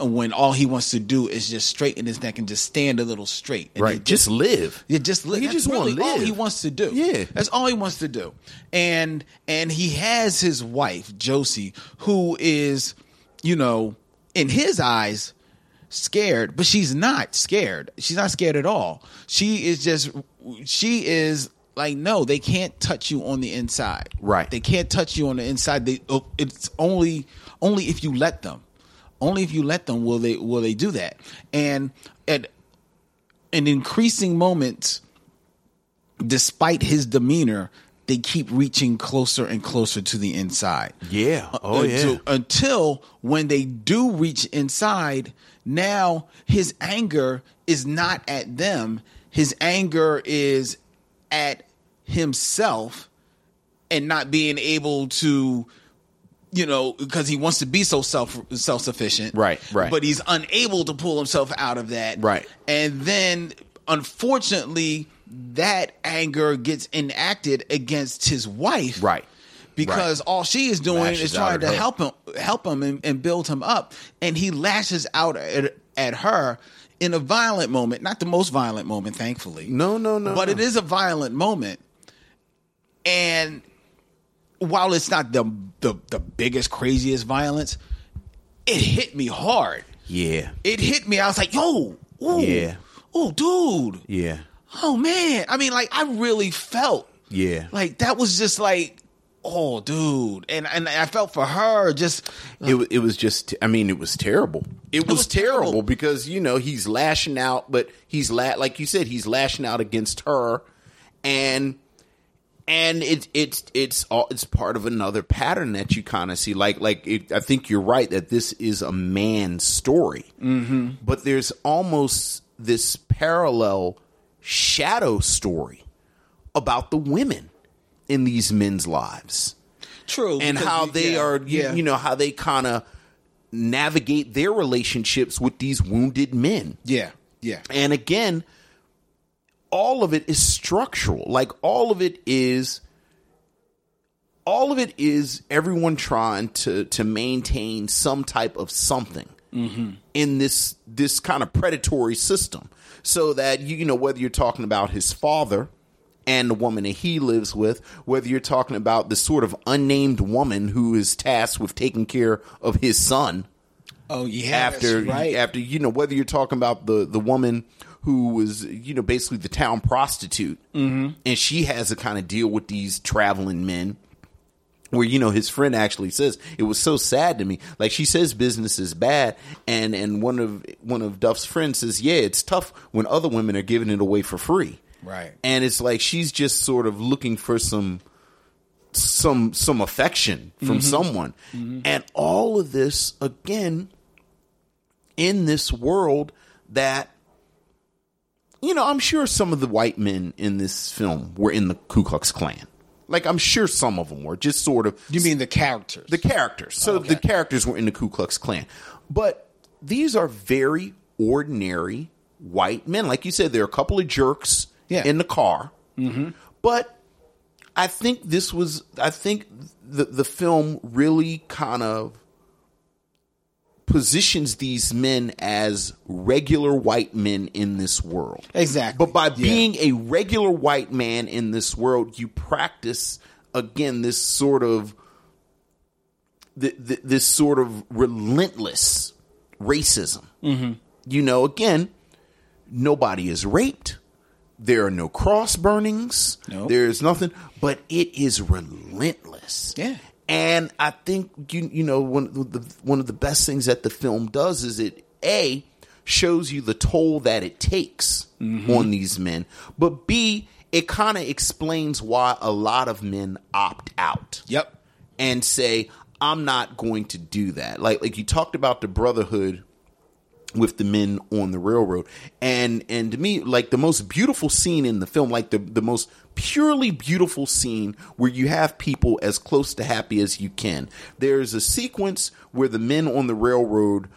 when all he wants to do is just straighten his neck and just stand a little straight and
right just live
yeah, just live.
He
That's
just wanna
really all
live.
he wants to do.
Yeah.
that's all he wants to do. And and he has his wife Josie, who is, you know, in his eyes, scared, but she's not scared. She's not scared at all. She is just, she is like, no, they can't touch you on the inside.
Right.
They can't touch you on the inside. They oh, it's only only if you let them. Only if you let them will they will they do that. And at in increasing moments, despite his demeanor, they keep reaching closer and closer to the inside.
Yeah. Oh, yeah.
until, Until when they do reach inside, now his anger is not at them. His anger is at himself and not being able to you know because he wants to be so self self sufficient
Right, right.
but he's unable to pull himself out of that
Right.
and then unfortunately that anger gets enacted against his wife
Right,
because all she is doing
Lashes
is
out
trying
at
to
her.
help him help him and, and build him up and he lashes out at, at her in a violent moment not the most violent moment thankfully
No, no, no,
but
no.
it is a violent moment and while it's not the the, the biggest craziest violence it hit me hard
yeah
it hit me i was like yo ooh,
Yeah.
ooh dude
yeah
oh man i mean like i really felt
yeah
like that was just like oh dude and and i felt for her just
it, wa- it was just i mean it was terrible it was,
was terrible.
terrible, because you know he's lashing out but he's la- like you said he's lashing out against her and and it, it's it's all it's part of another pattern that you kind of see like like it, i think you're right that this is a man's story mm-hmm. but there's almost this parallel shadow story about the women in these men's lives
true
and
because
how
you-
they
yeah,
are you,
yeah.
you know how they kind of navigate their relationships with these wounded men
yeah yeah
and again all of it is structural like all of it is all of it is everyone trying to to maintain some type of something in this this kind of predatory system so that you, you know whether you're talking about his father and the woman that he lives with, whether you're talking about the sort of unnamed woman who is tasked with taking care of his son
Oh yeah,
after
that's right.
after you know whether you're talking about the the woman who was you know basically the town prostitute and she has to kind of deal with these traveling men where you know his friend actually says it was so sad to me like she says business is bad and and one of one of duff's friends says yeah it's tough when other women are giving it away for free
Right.
and it's like she's just sort of looking for some some some affection
Mm-hmm.
from someone and all of this again in this world that you know i'm sure some of the white men in this film were in the ku klux klan like i'm sure some of them were just sort of
you mean the characters? Oh,
the characters. So the characters were in the Ku Klux Klan. But these are very ordinary white men. Like you said, there are a couple of jerks
Yeah. Mm-hmm.
in the car. But I think this was, I think the, the film really kind of positions these men as regular white men in this world.
Exactly.
But by
Yeah.
being a regular white man in this world, you practice again this sort of th- th- this sort of relentless racism.
Mm-hmm.
You know, again, nobody is raped. There are no cross burnings.
Nope.
There is nothing, but it is relentless.
Yeah.
And I think you you know one of the one of the best things that the film does is it a shows you the toll that it takes on these men, but b it kind of explains why a lot of men opt out
yep.
and say I'm not going to do that. Like like you talked about the brotherhood with the men on the railroad and and to me like the most beautiful scene in the film like the the most purely beautiful scene where you have people as close to happy as you can there's a sequence where the men on the railroad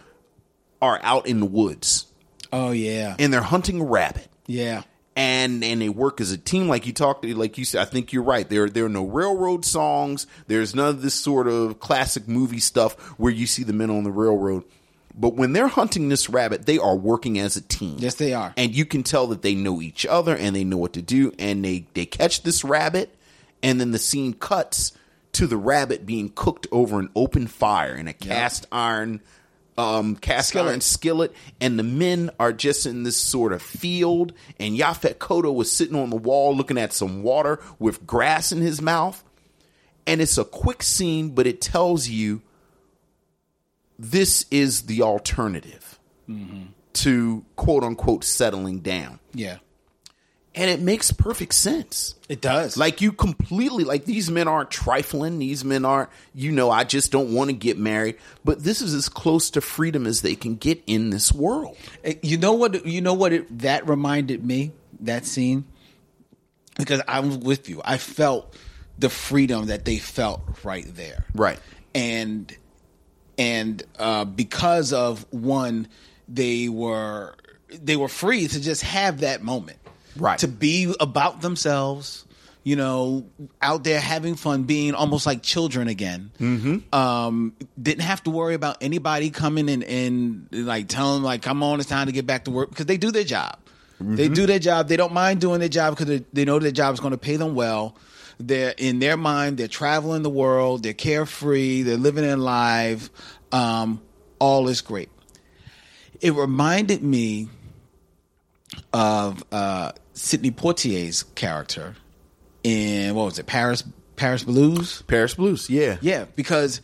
are out in the woods
Oh yeah.
and they're hunting a rabbit
yeah.
and and they work as a team like you talked like you said i think you're right there there are no railroad songs there's none of this sort of classic movie stuff where you see the men on the railroad but when they're hunting this rabbit they are working as a team
Yes, they are.
and you can tell that they know each other and they know what to do and they they catch this rabbit and then the scene cuts to the rabbit being cooked over an open fire in a cast iron um cast
Skillet.
iron skillet and the men are just in this sort of field and Yafet Koto was sitting on the wall looking at some water with grass in his mouth and it's a quick scene but it tells you this is the alternative to quote unquote settling down
Yeah.
and it makes perfect sense
It does.
like you completely like these men aren't trifling these men aren't you know i just don't want to get married but this is as close to freedom as they can get in this world
Uh, You know what? You know what? It, that reminded me that scene because I'm with you. I felt the freedom that they felt right there.
Right.
And and uh, because of one, they were they were free to just have that moment.
Right.
To be about themselves. You know, out there having fun, being almost like children again. Mm-hmm. Um, didn't have to worry about anybody coming and and like telling them like, "Come on, it's time to get back to work," because they do their job. They do their job. They don't mind doing their job because they, they know their job is going to pay them well. They're in their mind. They're traveling the world. They're carefree. They're living in life. Um, all is great. It reminded me of uh, Sidney Poitier's character in what was it Paris Paris Blues.
paris blues yeah
Yeah, because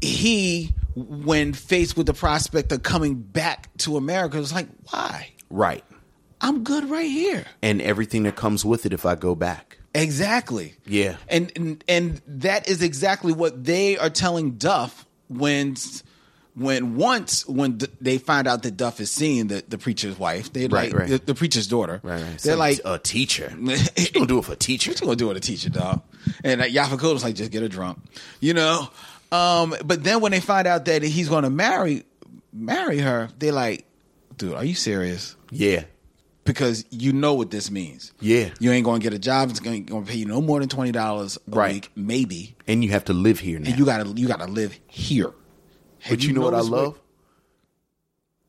he, when faced with the prospect of coming back to America, was like, why?
right
I'm good right here.
and everything that comes with it if i go back
Exactly.
Yeah.
And and, and that is exactly what they are telling Duff when when once when d- they find out that Duff is seeing the, the preacher's wife, they
Right,
like
right.
The, the preacher's daughter.
It's
They're like,
a teacher you gonna do it for a teacher
what you gonna do with a teacher, dog? And uh, Yafako was like, just get her drunk, you know. Um, but then when they find out that he's gonna marry marry her, they're like, dude, are you serious?
yeah
Because you know what this means.
Yeah.
you ain't gonna get a job. It's gonna, gonna pay you no more than twenty dollars a
Right.
week, maybe.
and you have to live here now
And you gotta you gotta live here. Have
but you, know what i
noticed
love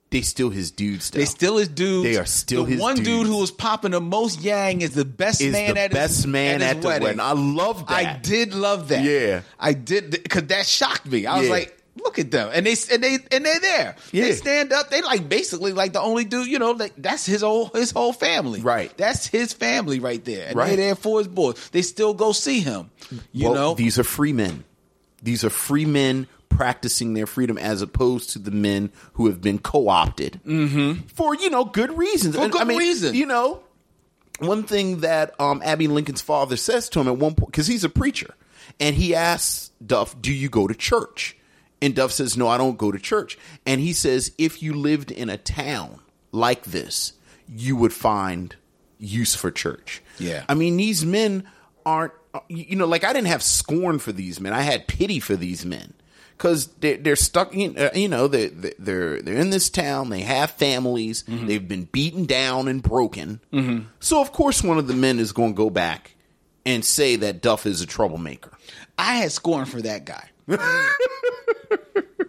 They still his dudes. Though.
They still his dudes.
They are still
the
his
one dude
dudes.
who was popping the most yang is the best
is
man
the
at
best
his,
man at,
his
the wedding. I love that.
I did love that.
Yeah.
I did because that shocked me. I was
Yeah.
like, look at them, and they and they and they're there. They
Yeah.
stand up. They like basically like the only dude. You know, like that's his whole his whole family.
Right.
That's his family right there. And
Right.
they're there for his boys. They still go see him. You
Well,
know.
these are free men. These are free men practicing their freedom as opposed to the men who have been co-opted mm-hmm. for you know good reasons.
For
And,
good
I mean,
reason.
You know, one thing that um, Abby Lincoln's father says to him at one point because he's a preacher, and he asks Duff, "Do you go to church?" And Duff says, "No, I don't go to church." And he says, "If you lived in a town like this, you would find use for church."
Yeah.
I mean, these men aren't, uh, you know, like I didn't have scorn for these men. I had pity for these men because they're, they're stuck, you know, you know, they're, they're, they're in this town. They have families. They've been beaten down and broken. So, of course, one of the men is going to go back and say that Duff is a troublemaker.
I had scorn for that guy.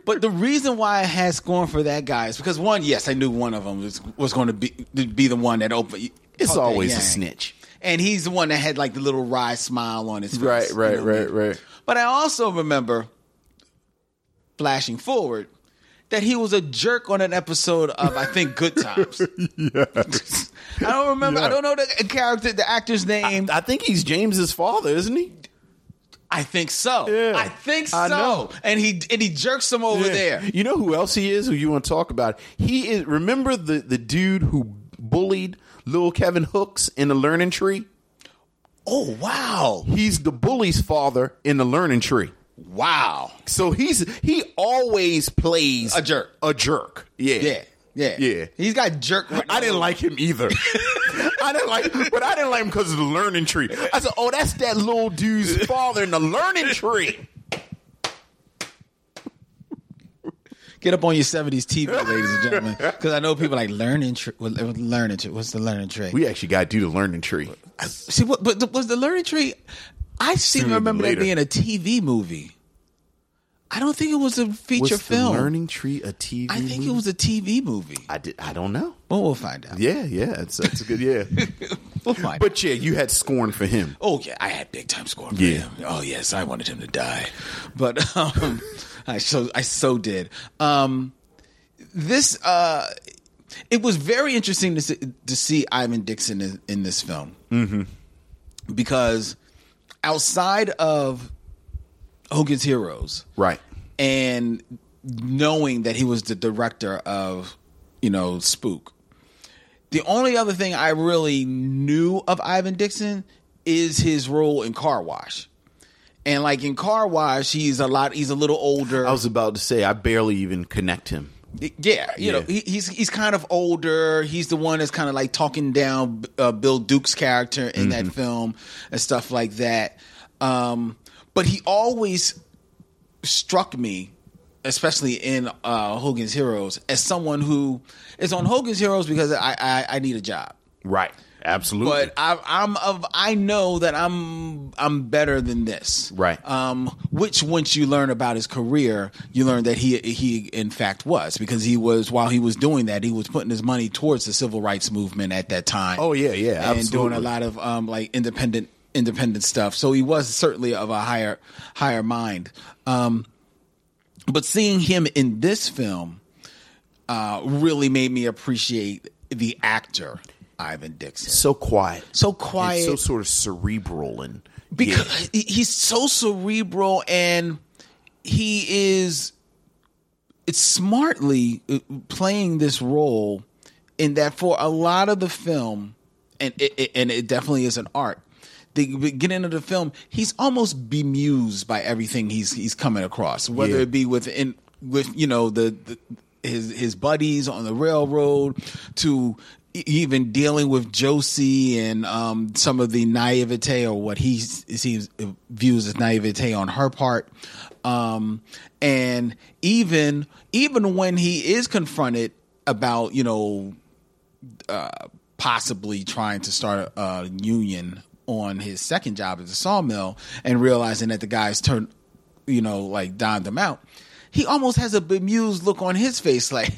but the reason why I had scorn for that guy is because one, yes, I knew one of them was, was going to be be the one that opened.
It's
caught that
always a
yang.
snitch.
and he's the one that had like the little wry smile on his face.
Right,
you
right,
know what I
right,
mean?
right.
But I also remember flashing forward that he was a jerk on an episode of I think Good Times. I don't remember. I
Yeah.
don't know the uh, character, the actor's name.
I think he's James's father, isn't he?
I think so.
Yeah.
I think so.
I know.
And he and he jerks him over
Yeah.
there.
You know who else he is? Who you want to talk about? He is. Remember the the dude who bullied little Kevin Hooks in the Learning Tree?
Oh wow.
He's the bully's father in the Learning Tree.
Wow.
So he's he always plays
A jerk.
A jerk. Oh, Yeah.
Yeah. Yeah.
Yeah.
He's got jerk.
I didn't like him either. I didn't like, but I didn't like him because of the learning tree. I said, "Oh, that's that little dude's father in the learning tree."
Get up on your 70s TV, ladies and gentlemen. Because I know people like learning trick. Learning trick. What's the learning trick?
We actually got to do the learning tree.
See, what, but the- was the learning tree? I seem
Sooner
to
than
remember that
later.
being a TV movie. I don't think it was a
Was
feature
the
film.
learning tree a TV?
I think
movie?
it was a TV movie.
I did. I don't know.
Well, we'll find out.
Yeah, yeah, it's, that's a good yeah.
We'll find out.
but yeah, you had scorn for him.
Oh yeah, I had big time scorn. For
Yeah.
him. Oh yes, I wanted him to die, but um, I so I so did. Um, this uh, it was very interesting to see, to see Ivan Dixon in, in this film mm-hmm. because outside of Hogan's Heroes,
Right.
and knowing that he was the director of you know spook the only other thing i really knew of ivan dixon is his role in car wash and like in car wash he's a lot he's a little older
I was about to say I barely even connect him.
yeah you know
Yeah.
he, he's he's kind of older he's the one that's kind of like talking down uh, bill duke's character in that film and stuff like that um but he always struck me especially in uh hogan's heroes as someone who is on hogan's heroes because i i, I need a job
Right. Absolutely.
but I, I'm of I know that I'm I'm better than this,
Right.
Um, which once you learn about his career, you learn that he he in fact was because he was while he was doing that he was putting his money towards the civil rights movement at that time.
Oh, yeah, yeah,
and doing a
absolutely.
lot of um like independent independent stuff. So he was certainly of a higher higher mind. Um, but seeing him in this film uh, really made me appreciate the actor Ivan Dixon
so quiet.
so
And
quiet
so sort of cerebral and yeah.
because he- he's so cerebral and he is it's smartly uh, playing this role in that for a lot of the film and it, it- and it definitely is an art the beginning of the film he's almost bemused by everything he's he's coming across whether
Yeah.
it be within with you know the, the his his buddies on the railroad to e- even dealing with Josie and um, some of the naivete or what he s- seems views as naivete on her part, um, and even even when he is confronted about you know uh, possibly trying to start a, a union on his second job at the sawmill and realizing that the guys turned, you know, like dined him out, he almost has a bemused look on his face, like,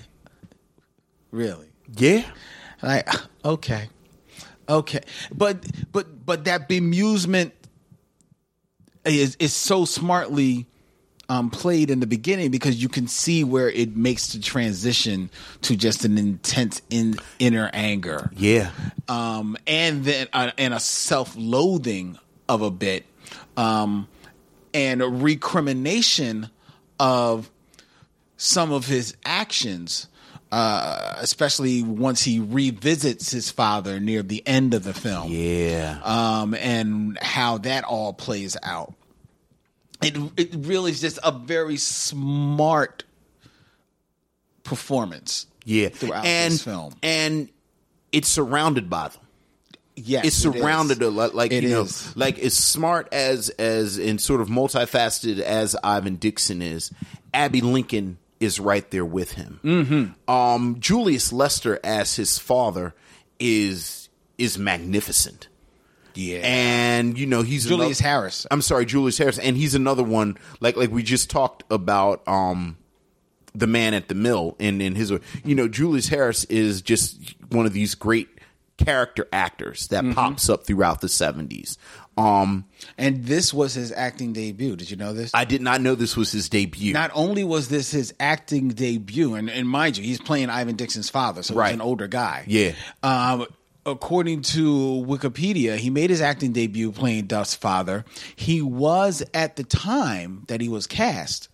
really.
Yeah.
Like okay, okay, but but but that bemusement is is so smartly um, played in the beginning because you can see where it makes the transition to just an intense in, inner anger
Yeah.
um, and then uh, and a self-loathing of a bit, um, and a recrimination of some of his actions, uh, especially once he revisits his father near the end of the film
Yeah.
um, and how that all plays out. It it really is just a very smart performance.
yeah.
throughout
and,
this film.
And it's surrounded by them.
Yes,
it's
it is.
surrounded a lot like
It
you know
is.
like as smart as as and sort of multifaceted as ivan dixon is abby lincoln is right there with him mm-hmm. um julius lester as his father is is magnificent
Yeah,
and you know he's
Julius
another-
Harris.
i'm sorry julius harris and he's another one like like we just talked about um the man at the mill and in his you know julius harris is just one of these great character actors that
Mm-hmm.
pops up throughout the 70s um
And this was his acting debut. Did you know this?
i did not know this was his debut
Not only was this his acting debut, and, and mind you, he's playing Ivan Dixon's father, so
Right.
he's an older guy.
Yeah.
Um, according to Wikipedia, he made his acting debut playing Duff's father. He was, at the time that he was cast,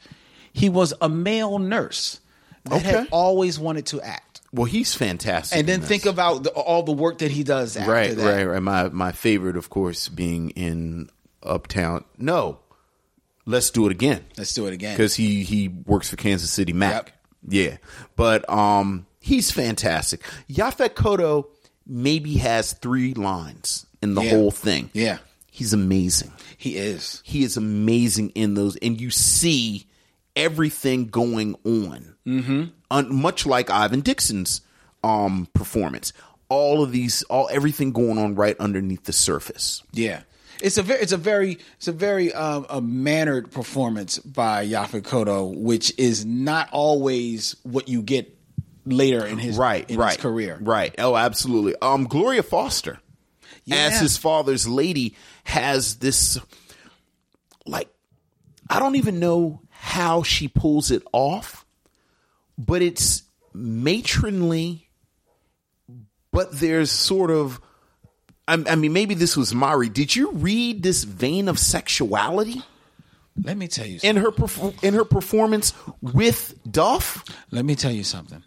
he was a male nurse that
Okay.
had always wanted to act.
well he's fantastic
And then
in
think
this.
about the, all the work that he does after
right
that.
right right my my favorite of course being in uptown no let's do it again
Let's do it again.
because he he works for Kansas City Mac.
Yep.
Yeah, but um, he's fantastic. Yafet Koto maybe has three lines in the
Yeah.
whole thing.
Yeah.
he's amazing.
he is.
He is amazing in those, and you see everything going on. Mm-hmm. much like Ivan Dixon's um performance, all of these, all everything going on right underneath the surface.
Yeah. It's a very, it's a very, it's a very um, a mannered performance by Yaphet Koto, which is not always what you get later in his
right,
in
right,
his career.
Right. Oh, absolutely. Um, Gloria Foster, as
Yeah.
his father's lady, has this like I don't even know how she pulls it off, but it's matronly. But there's sort of, I, I mean, maybe this was Mari. Did you read this vein of sexuality
Let me tell you. Something.
in her perf- in her performance with Duff?
Let me tell you something.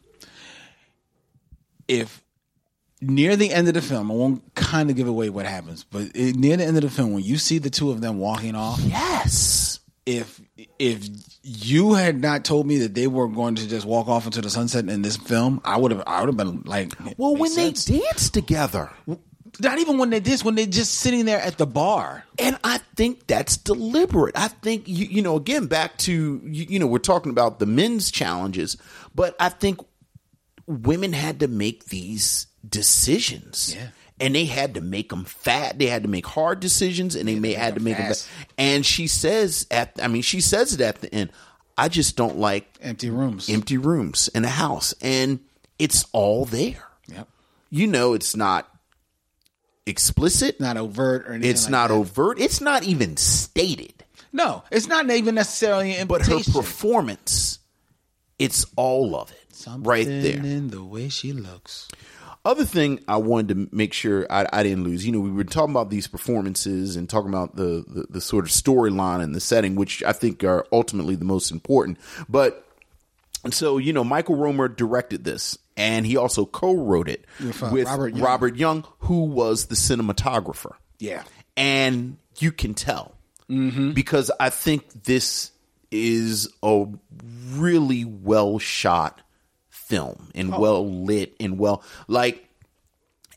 If near the end of the film, I won't kind of give away what happens, but it, near the end of the film, when you see the two of them walking off,
Yes.
if if you had not told me that they were going to just walk off into the sunset in this film, I would have I would have been like,
Well,
makes
when
sense.
they dance together.
not even when they this when they're just sitting there at the bar
And I think that's deliberate. I think you, you know again back to you, you know we're talking about the men's challenges, but I think women had to make these decisions.
Yeah.
And they had to make them fat. They had to make hard decisions, and they may had to make them.
fast.
Fat. And she says, at I mean, she says it at the end. I just don't like
empty rooms
empty rooms in a house, and it's all there.
yep.
You know, it's not explicit.
not overt or anything
It's
like
not
that.
overt. It's not even stated.
no it's not even necessarily an
But her
invitation.
performance, it's all of it
Something
right there.
in the way she looks
Other thing I wanted to make sure I, I didn't lose. You know, we were talking about these performances and talking about the the, the sort of storyline and the setting, which I think are ultimately the most important. But and so you know, Michael Romer directed this, and he also co-wrote it
uh,
with
Robert Young.
Robert Young, who was the cinematographer.
yeah
and you can tell because I think this is a really well shot film and well lit and well like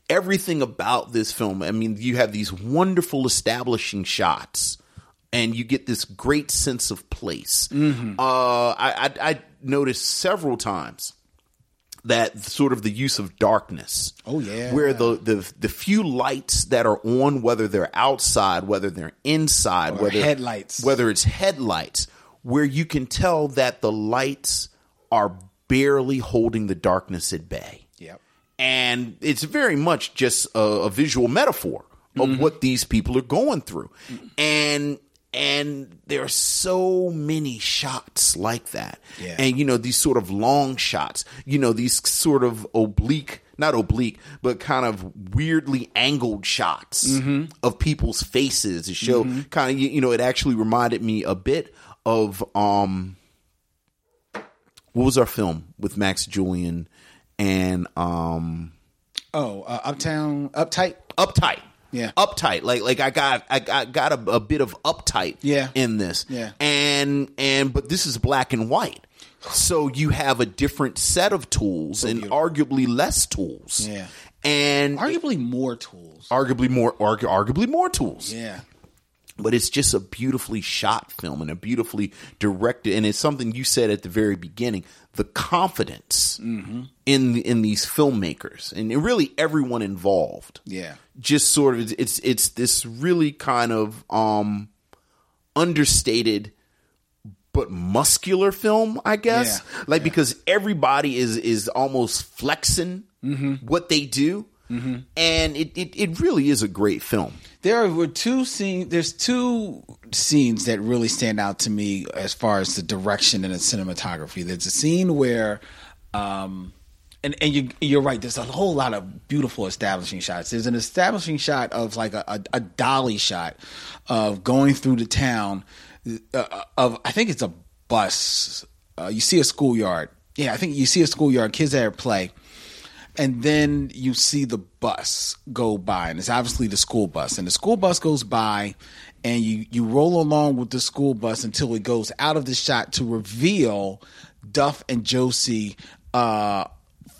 everything about this film. I mean, you have these wonderful establishing shots, and you get this great sense of place. Uh, I, I I noticed several times that sort of the use of darkness.
Oh, yeah.
where the the the few lights that are on, whether they're outside, whether they're inside, whether
headlights.
whether it's headlights, where you can tell that the lights are barely holding the darkness at bay and it's very much just a, a visual metaphor of what these people are going through and and there are so many shots like that
Yeah.
and you know these sort of long shots you know these sort of oblique not oblique but kind of weirdly angled shots of people's faces to show kind of you, you know it actually reminded me a bit of um what was our film with max julian and um
Oh, uh, uptown, uptight.
uptight.
Yeah.
Uptight. Like like I got I got, I got a, a bit of uptight
Yeah.
in this.
Yeah.
And and but this is black and white. So you have a different set of tools and arguably less tools.
Yeah.
And
Arguably more tools.
arguably more argu- arguably more tools
Yeah.
but it's just a beautifully shot film and a beautifully directed and it's something you said at the very beginning the confidence
Mm-hmm.
in in these filmmakers and really everyone involved
Yeah.
just sort of it's it's this really kind of um understated but muscular film i guess
Yeah.
like because everybody is is almost flexing
Mm-hmm.
what they do and it, it it really is a great film
There were two scenes. There's two scenes that really stand out to me as far as the direction and the cinematography. There's a scene where, um, and and you you're right. There's a whole lot of beautiful establishing shots. There's an establishing shot of like a a, a dolly shot of going through the town uh, of I think it's a bus. Uh, you see a schoolyard. Yeah, I think you see a schoolyard. Kids at play and then you see the bus go by and it's obviously the school bus and the school bus goes by and you you roll along with the school bus until it goes out of the shot to reveal duff and josie uh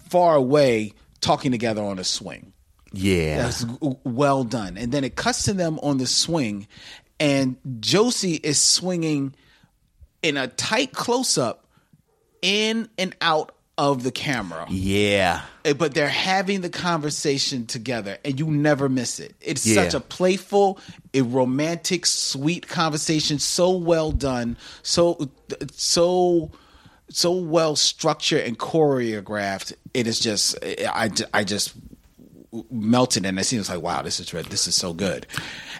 far away talking together on a swing
yeah
that's w- well done. And then it cuts to them on the swing, and Josie is swinging in a tight close up in and out of the camera.
yeah
Eh, But they're having the conversation together, and you never miss it. It's
Yeah.
such a playful, a romantic, sweet conversation. So well done. So so so well structured and choreographed. It is just I I just melted and I seen it's like wow this is red this is so good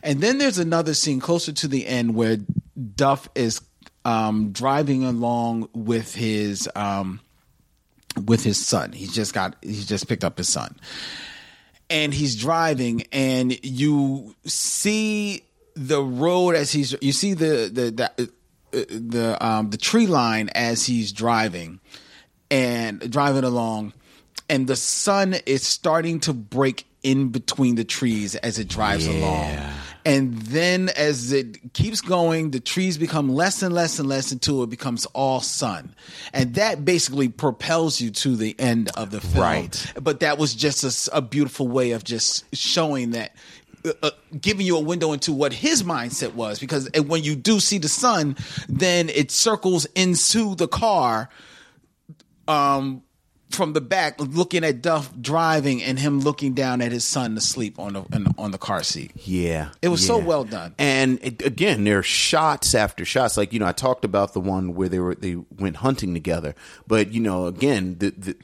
and then there's another scene closer to the end where Duff is um, driving along with his um, with his son he's just got he's just picked up his son and he's driving and you see the road as he's you see the the the, uh, the um the tree line as he's driving and driving along and the sun is starting to break in between the trees as it drives along and then as it keeps going the trees become less and less and less until it becomes all sun and that basically propels you to the end of the film
Right.
but that was just a s- a, beautiful way of just showing that uh, uh, giving you a window into what his mindset was because uh, when you do see the sun then it circles into the car um from the back looking at Duff driving and him looking down at his son asleep on the on, on the car seat
Yeah.
It was so
yeah.
well done.
And it, again, there are shots after shots. Like, you know, I talked about the one where they were they went hunting together. But, you know, again, the, the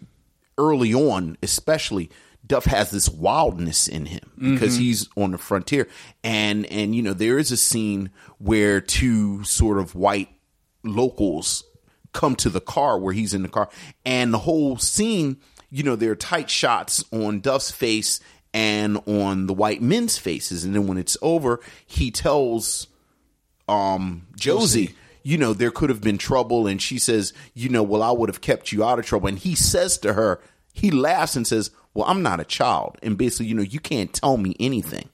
early on, especially Duff has this wildness in him because
Mm-hmm.
he's on the frontier. And and you know, there is a scene where two sort of white locals come to the car where he's in the car and the whole scene you know there are tight shots on duff's face and on the white men's faces and then when it's over he tells um josie you know there could have been trouble and she says you know well i would have kept you out of trouble and he says to her he laughs and says well i'm not a child and basically you know you can't tell me anything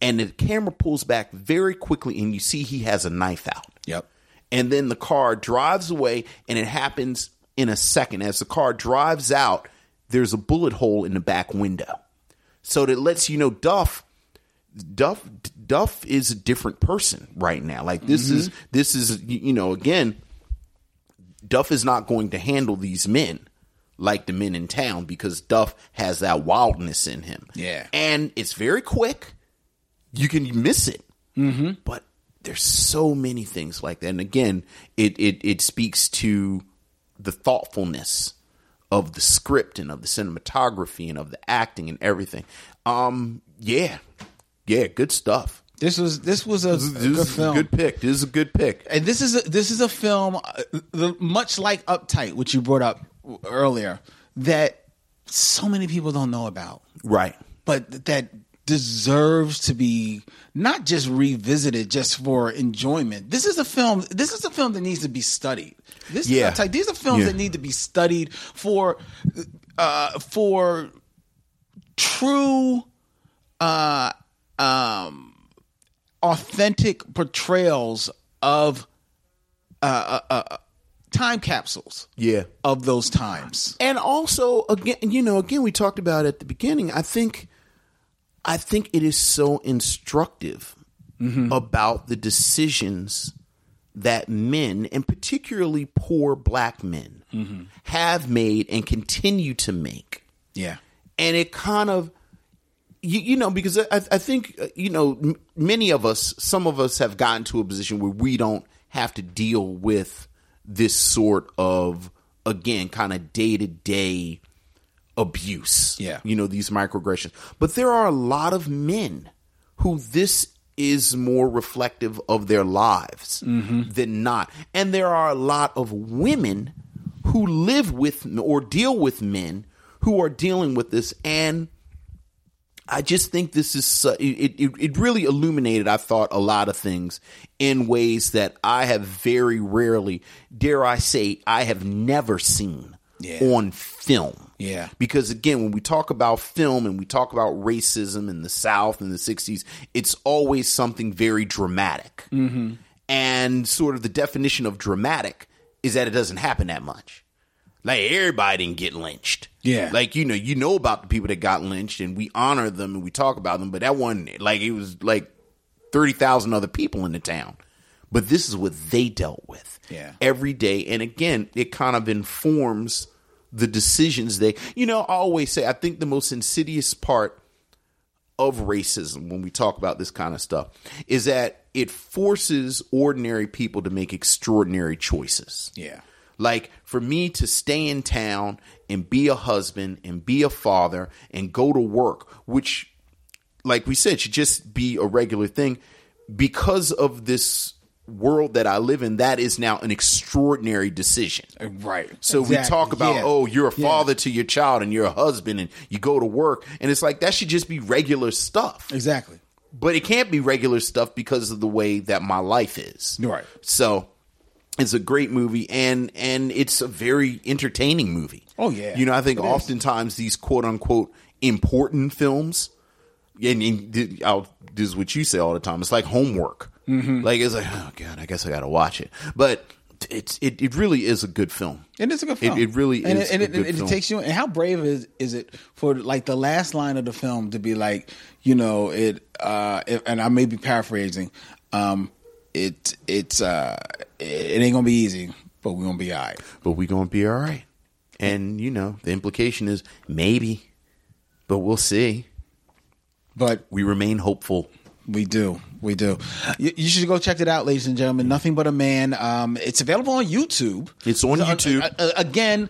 and the camera pulls back very quickly and you see he has a knife out
Yep.
and then the car drives away and it happens in a second as the car drives out there's a bullet hole in the back window so that lets you know duff duff duff is a different person right now like this is this is y- you know again duff is not going to handle these men like the men in town because duff has that wildness in him
Yeah.
and it's very quick you can miss it but there's so many things like that. And again, it it it speaks to the thoughtfulness of the script and of the cinematography and of the acting and everything. Um, yeah, yeah, good stuff.
This was this was a,
This,
a
is
good
a
film.
good pick. This is a good pick.
and this is a, this is a film uh, the- much like Uptight, which you brought up w- earlier, that so many people don't know about,
Right.
but that deserves to be not just revisited just for enjoyment. This is a film. This is a film that needs to be studied. This
Yeah.
is Uptight. These are films
Yeah.
that need to be studied for uh, for true uh um authentic portrayals of uh, uh, uh time capsules
Yeah.
of those times
And also, again, you know, again, we talked about at the beginning. I think, I think it is so instructive Mm-hmm. about the decisions that men, and particularly poor black men, have made and continue to make.
yeah
and it kind of you, you know because I, I think uh, you know m- many of us some of us have gotten to a position where we don't have to deal with this sort of again kind of day-to-day abuse
Yeah.
you know these microaggressions but there are a lot of men who this is more reflective of their lives than not and there are a lot of women who live with or deal with men who are dealing with this and I just think this is su- it, it. It really illuminated, I thought, a lot of things in ways that I have very rarely, dare I say, I have never seen
Yeah.
on film.
Yeah.
because again, when we talk about film and we talk about racism in the South in the '60s, it's always something very dramatic, mm-hmm. and sort of the definition of dramatic is that it doesn't happen that much. Like everybody didn't get lynched.
Yeah.
Like, you know, you know about the people that got lynched and we honor them and we talk about them, but that one like it was like thirty thousand other people in the town. But this is what they dealt with.
Yeah.
Every day. And again, it kind of informs the decisions they you know, I always say I think the most insidious part of racism when we talk about this kind of stuff is that it forces ordinary people to make extraordinary choices.
yeah
Like for me to stay in town and be a husband and be a father and go to work, which, like we said, should just be a regular thing because of this world that I live in, that is now an extraordinary decision.
right
So we
Exactly.
talk about,
Yeah.
oh, you're a
Yeah.
father to your child and you're a husband and you go to work. And it's like, that should just be regular stuff
exactly
but it can't be regular stuff because of the way that my life is.
Right.
So it's a great movie and and it's a very entertaining movie.
Oh, yeah.
You know, I think
It is.
oftentimes these quote unquote important films and, and th- I'll, this is what you say all the time. It's like homework.
Mm-hmm.
Like it's like, oh god, I guess I got to watch it. But it's it, it really is a good film.
And it's a good
It-
film.
It, really
and
is.
It, and
a
it,
good
and it
film.
takes you. And how brave is is it for like the last line of the film to be like, you know, it. uh it, And I may be paraphrasing. Um, it it's uh, it, it ain't gonna be easy, but we're gonna be all right.
but we gonna be all right. And you know, the implication is maybe, but we'll see.
But
we remain hopeful.
We do. We do. You, you should go check it out, ladies and gentlemen. Nothing but a man. Um, it's available on YouTube.
It's on
Uh,
YouTube.
uh, uh, again,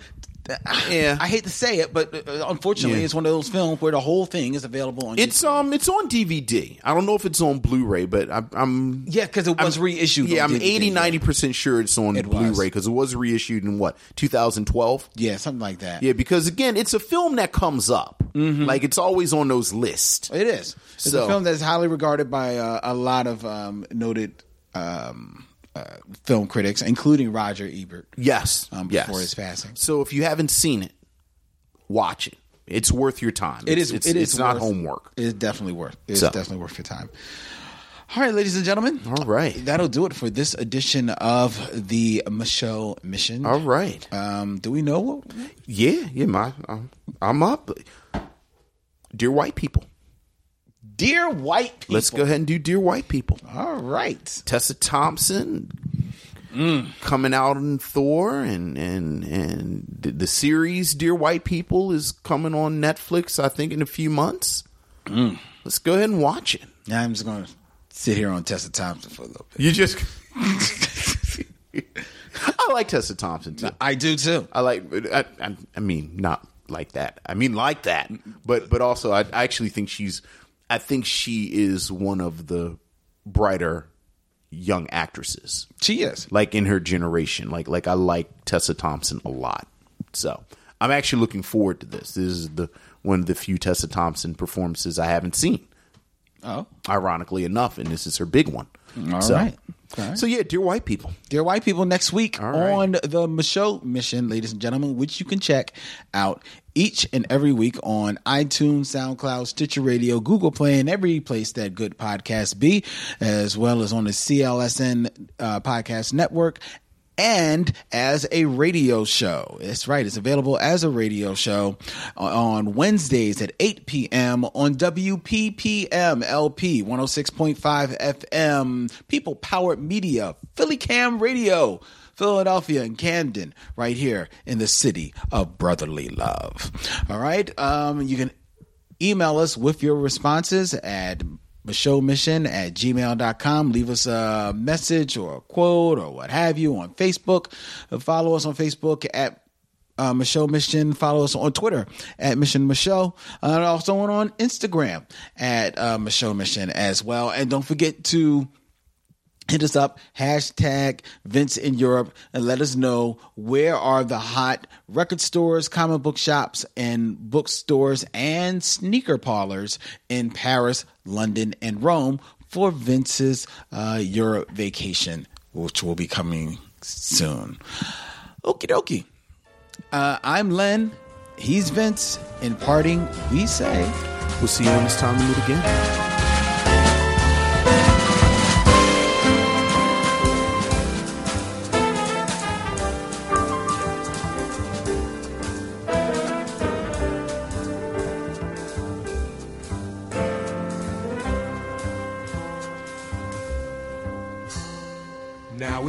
Yeah.
I hate to say it, but uh, unfortunately,
Yeah.
it's one of those films where the whole thing is available on
It's
YouTube.
um, it's on DVD. I don't know if it's on Blu-ray, but I, I'm
Yeah, because it was reissued.
yeah,
on
I'm
DVD, yeah.
80, 90 percent sure it's on
It was.
Blu-ray because it was reissued in what 2012.
Yeah, something like that.
Yeah, because again, it's a film that comes up. Like it's always on those lists.
Mm-hmm. It is. It's
So-
a film that's highly regarded by uh, a lot of um, noted um, uh, film critics, including Roger Ebert.
Yes,
Um,
yes.
before his passing.
So if you haven't seen it, watch it. It's worth your time.
It
It's-
is.
It's,
it is
it's not
worth-
homework.
It is definitely worth. It's
So.
definitely worth your time. All right, ladies and gentlemen.
All right.
that'll do it for this edition of the Michelle Mission.
All right.
Um, do we know what?
Yeah, yeah. My, I'm, I'm up. Dear white people,
Dear white people.
let's go ahead and do dear white people.
All right.
Tessa Thompson coming out in Thor, and and and the- the series Dear White People is coming on Netflix. I think in a few months. Let's go ahead and watch it.
Now I'm just gonna sit here on Tessa Thompson for a little bit.
You just I like Tessa Thompson too.
I do too.
I like. I, I, I mean, not like that. I mean, like that. But but also, I, I actually think she's. I think she is one of the brighter young actresses,
She is.
like in her generation. Like like I like Tessa Thompson a lot. So I'm actually looking forward to this. This is the one of the few Tessa Thompson performances I haven't seen.
Oh,
Ironically enough, and this is her big one.
all
so,
right. All right.
So yeah, dear white people.
Dear White People, next week
right.
on the Michelle Mission, ladies and gentlemen, which you can check out each and every week on iTunes, SoundCloud, Stitcher Radio, Google Play, and every place that good podcasts be, as well as on the CLSN uh, Podcast Network. And as a radio show. That's right. It's available as a radio show on Wednesdays at 8 p.m. on WPPM LP 106.5 FM, People Powered Media, Philly Cam Radio, Philadelphia and Camden, right here in the city of brotherly love. All right. Um, you can email us with your responses at Mission at gmail.com. Leave us a message or a quote or what have you on Facebook. Uh, Follow us on Facebook at uh, Michelle Mission. Follow us on Twitter at Mission Michelle. Uh, and also on Instagram at uh, Michelle Mission as well. And don't forget to hit us up hashtag vince in europe and let us know where are the hot record stores comic book shops and bookstores and sneaker parlors in paris london and rome for vince's uh, europe vacation which will be coming soon okie dokie uh, i'm len he's vince in parting we say
We'll see you when it's time to meet again.
Now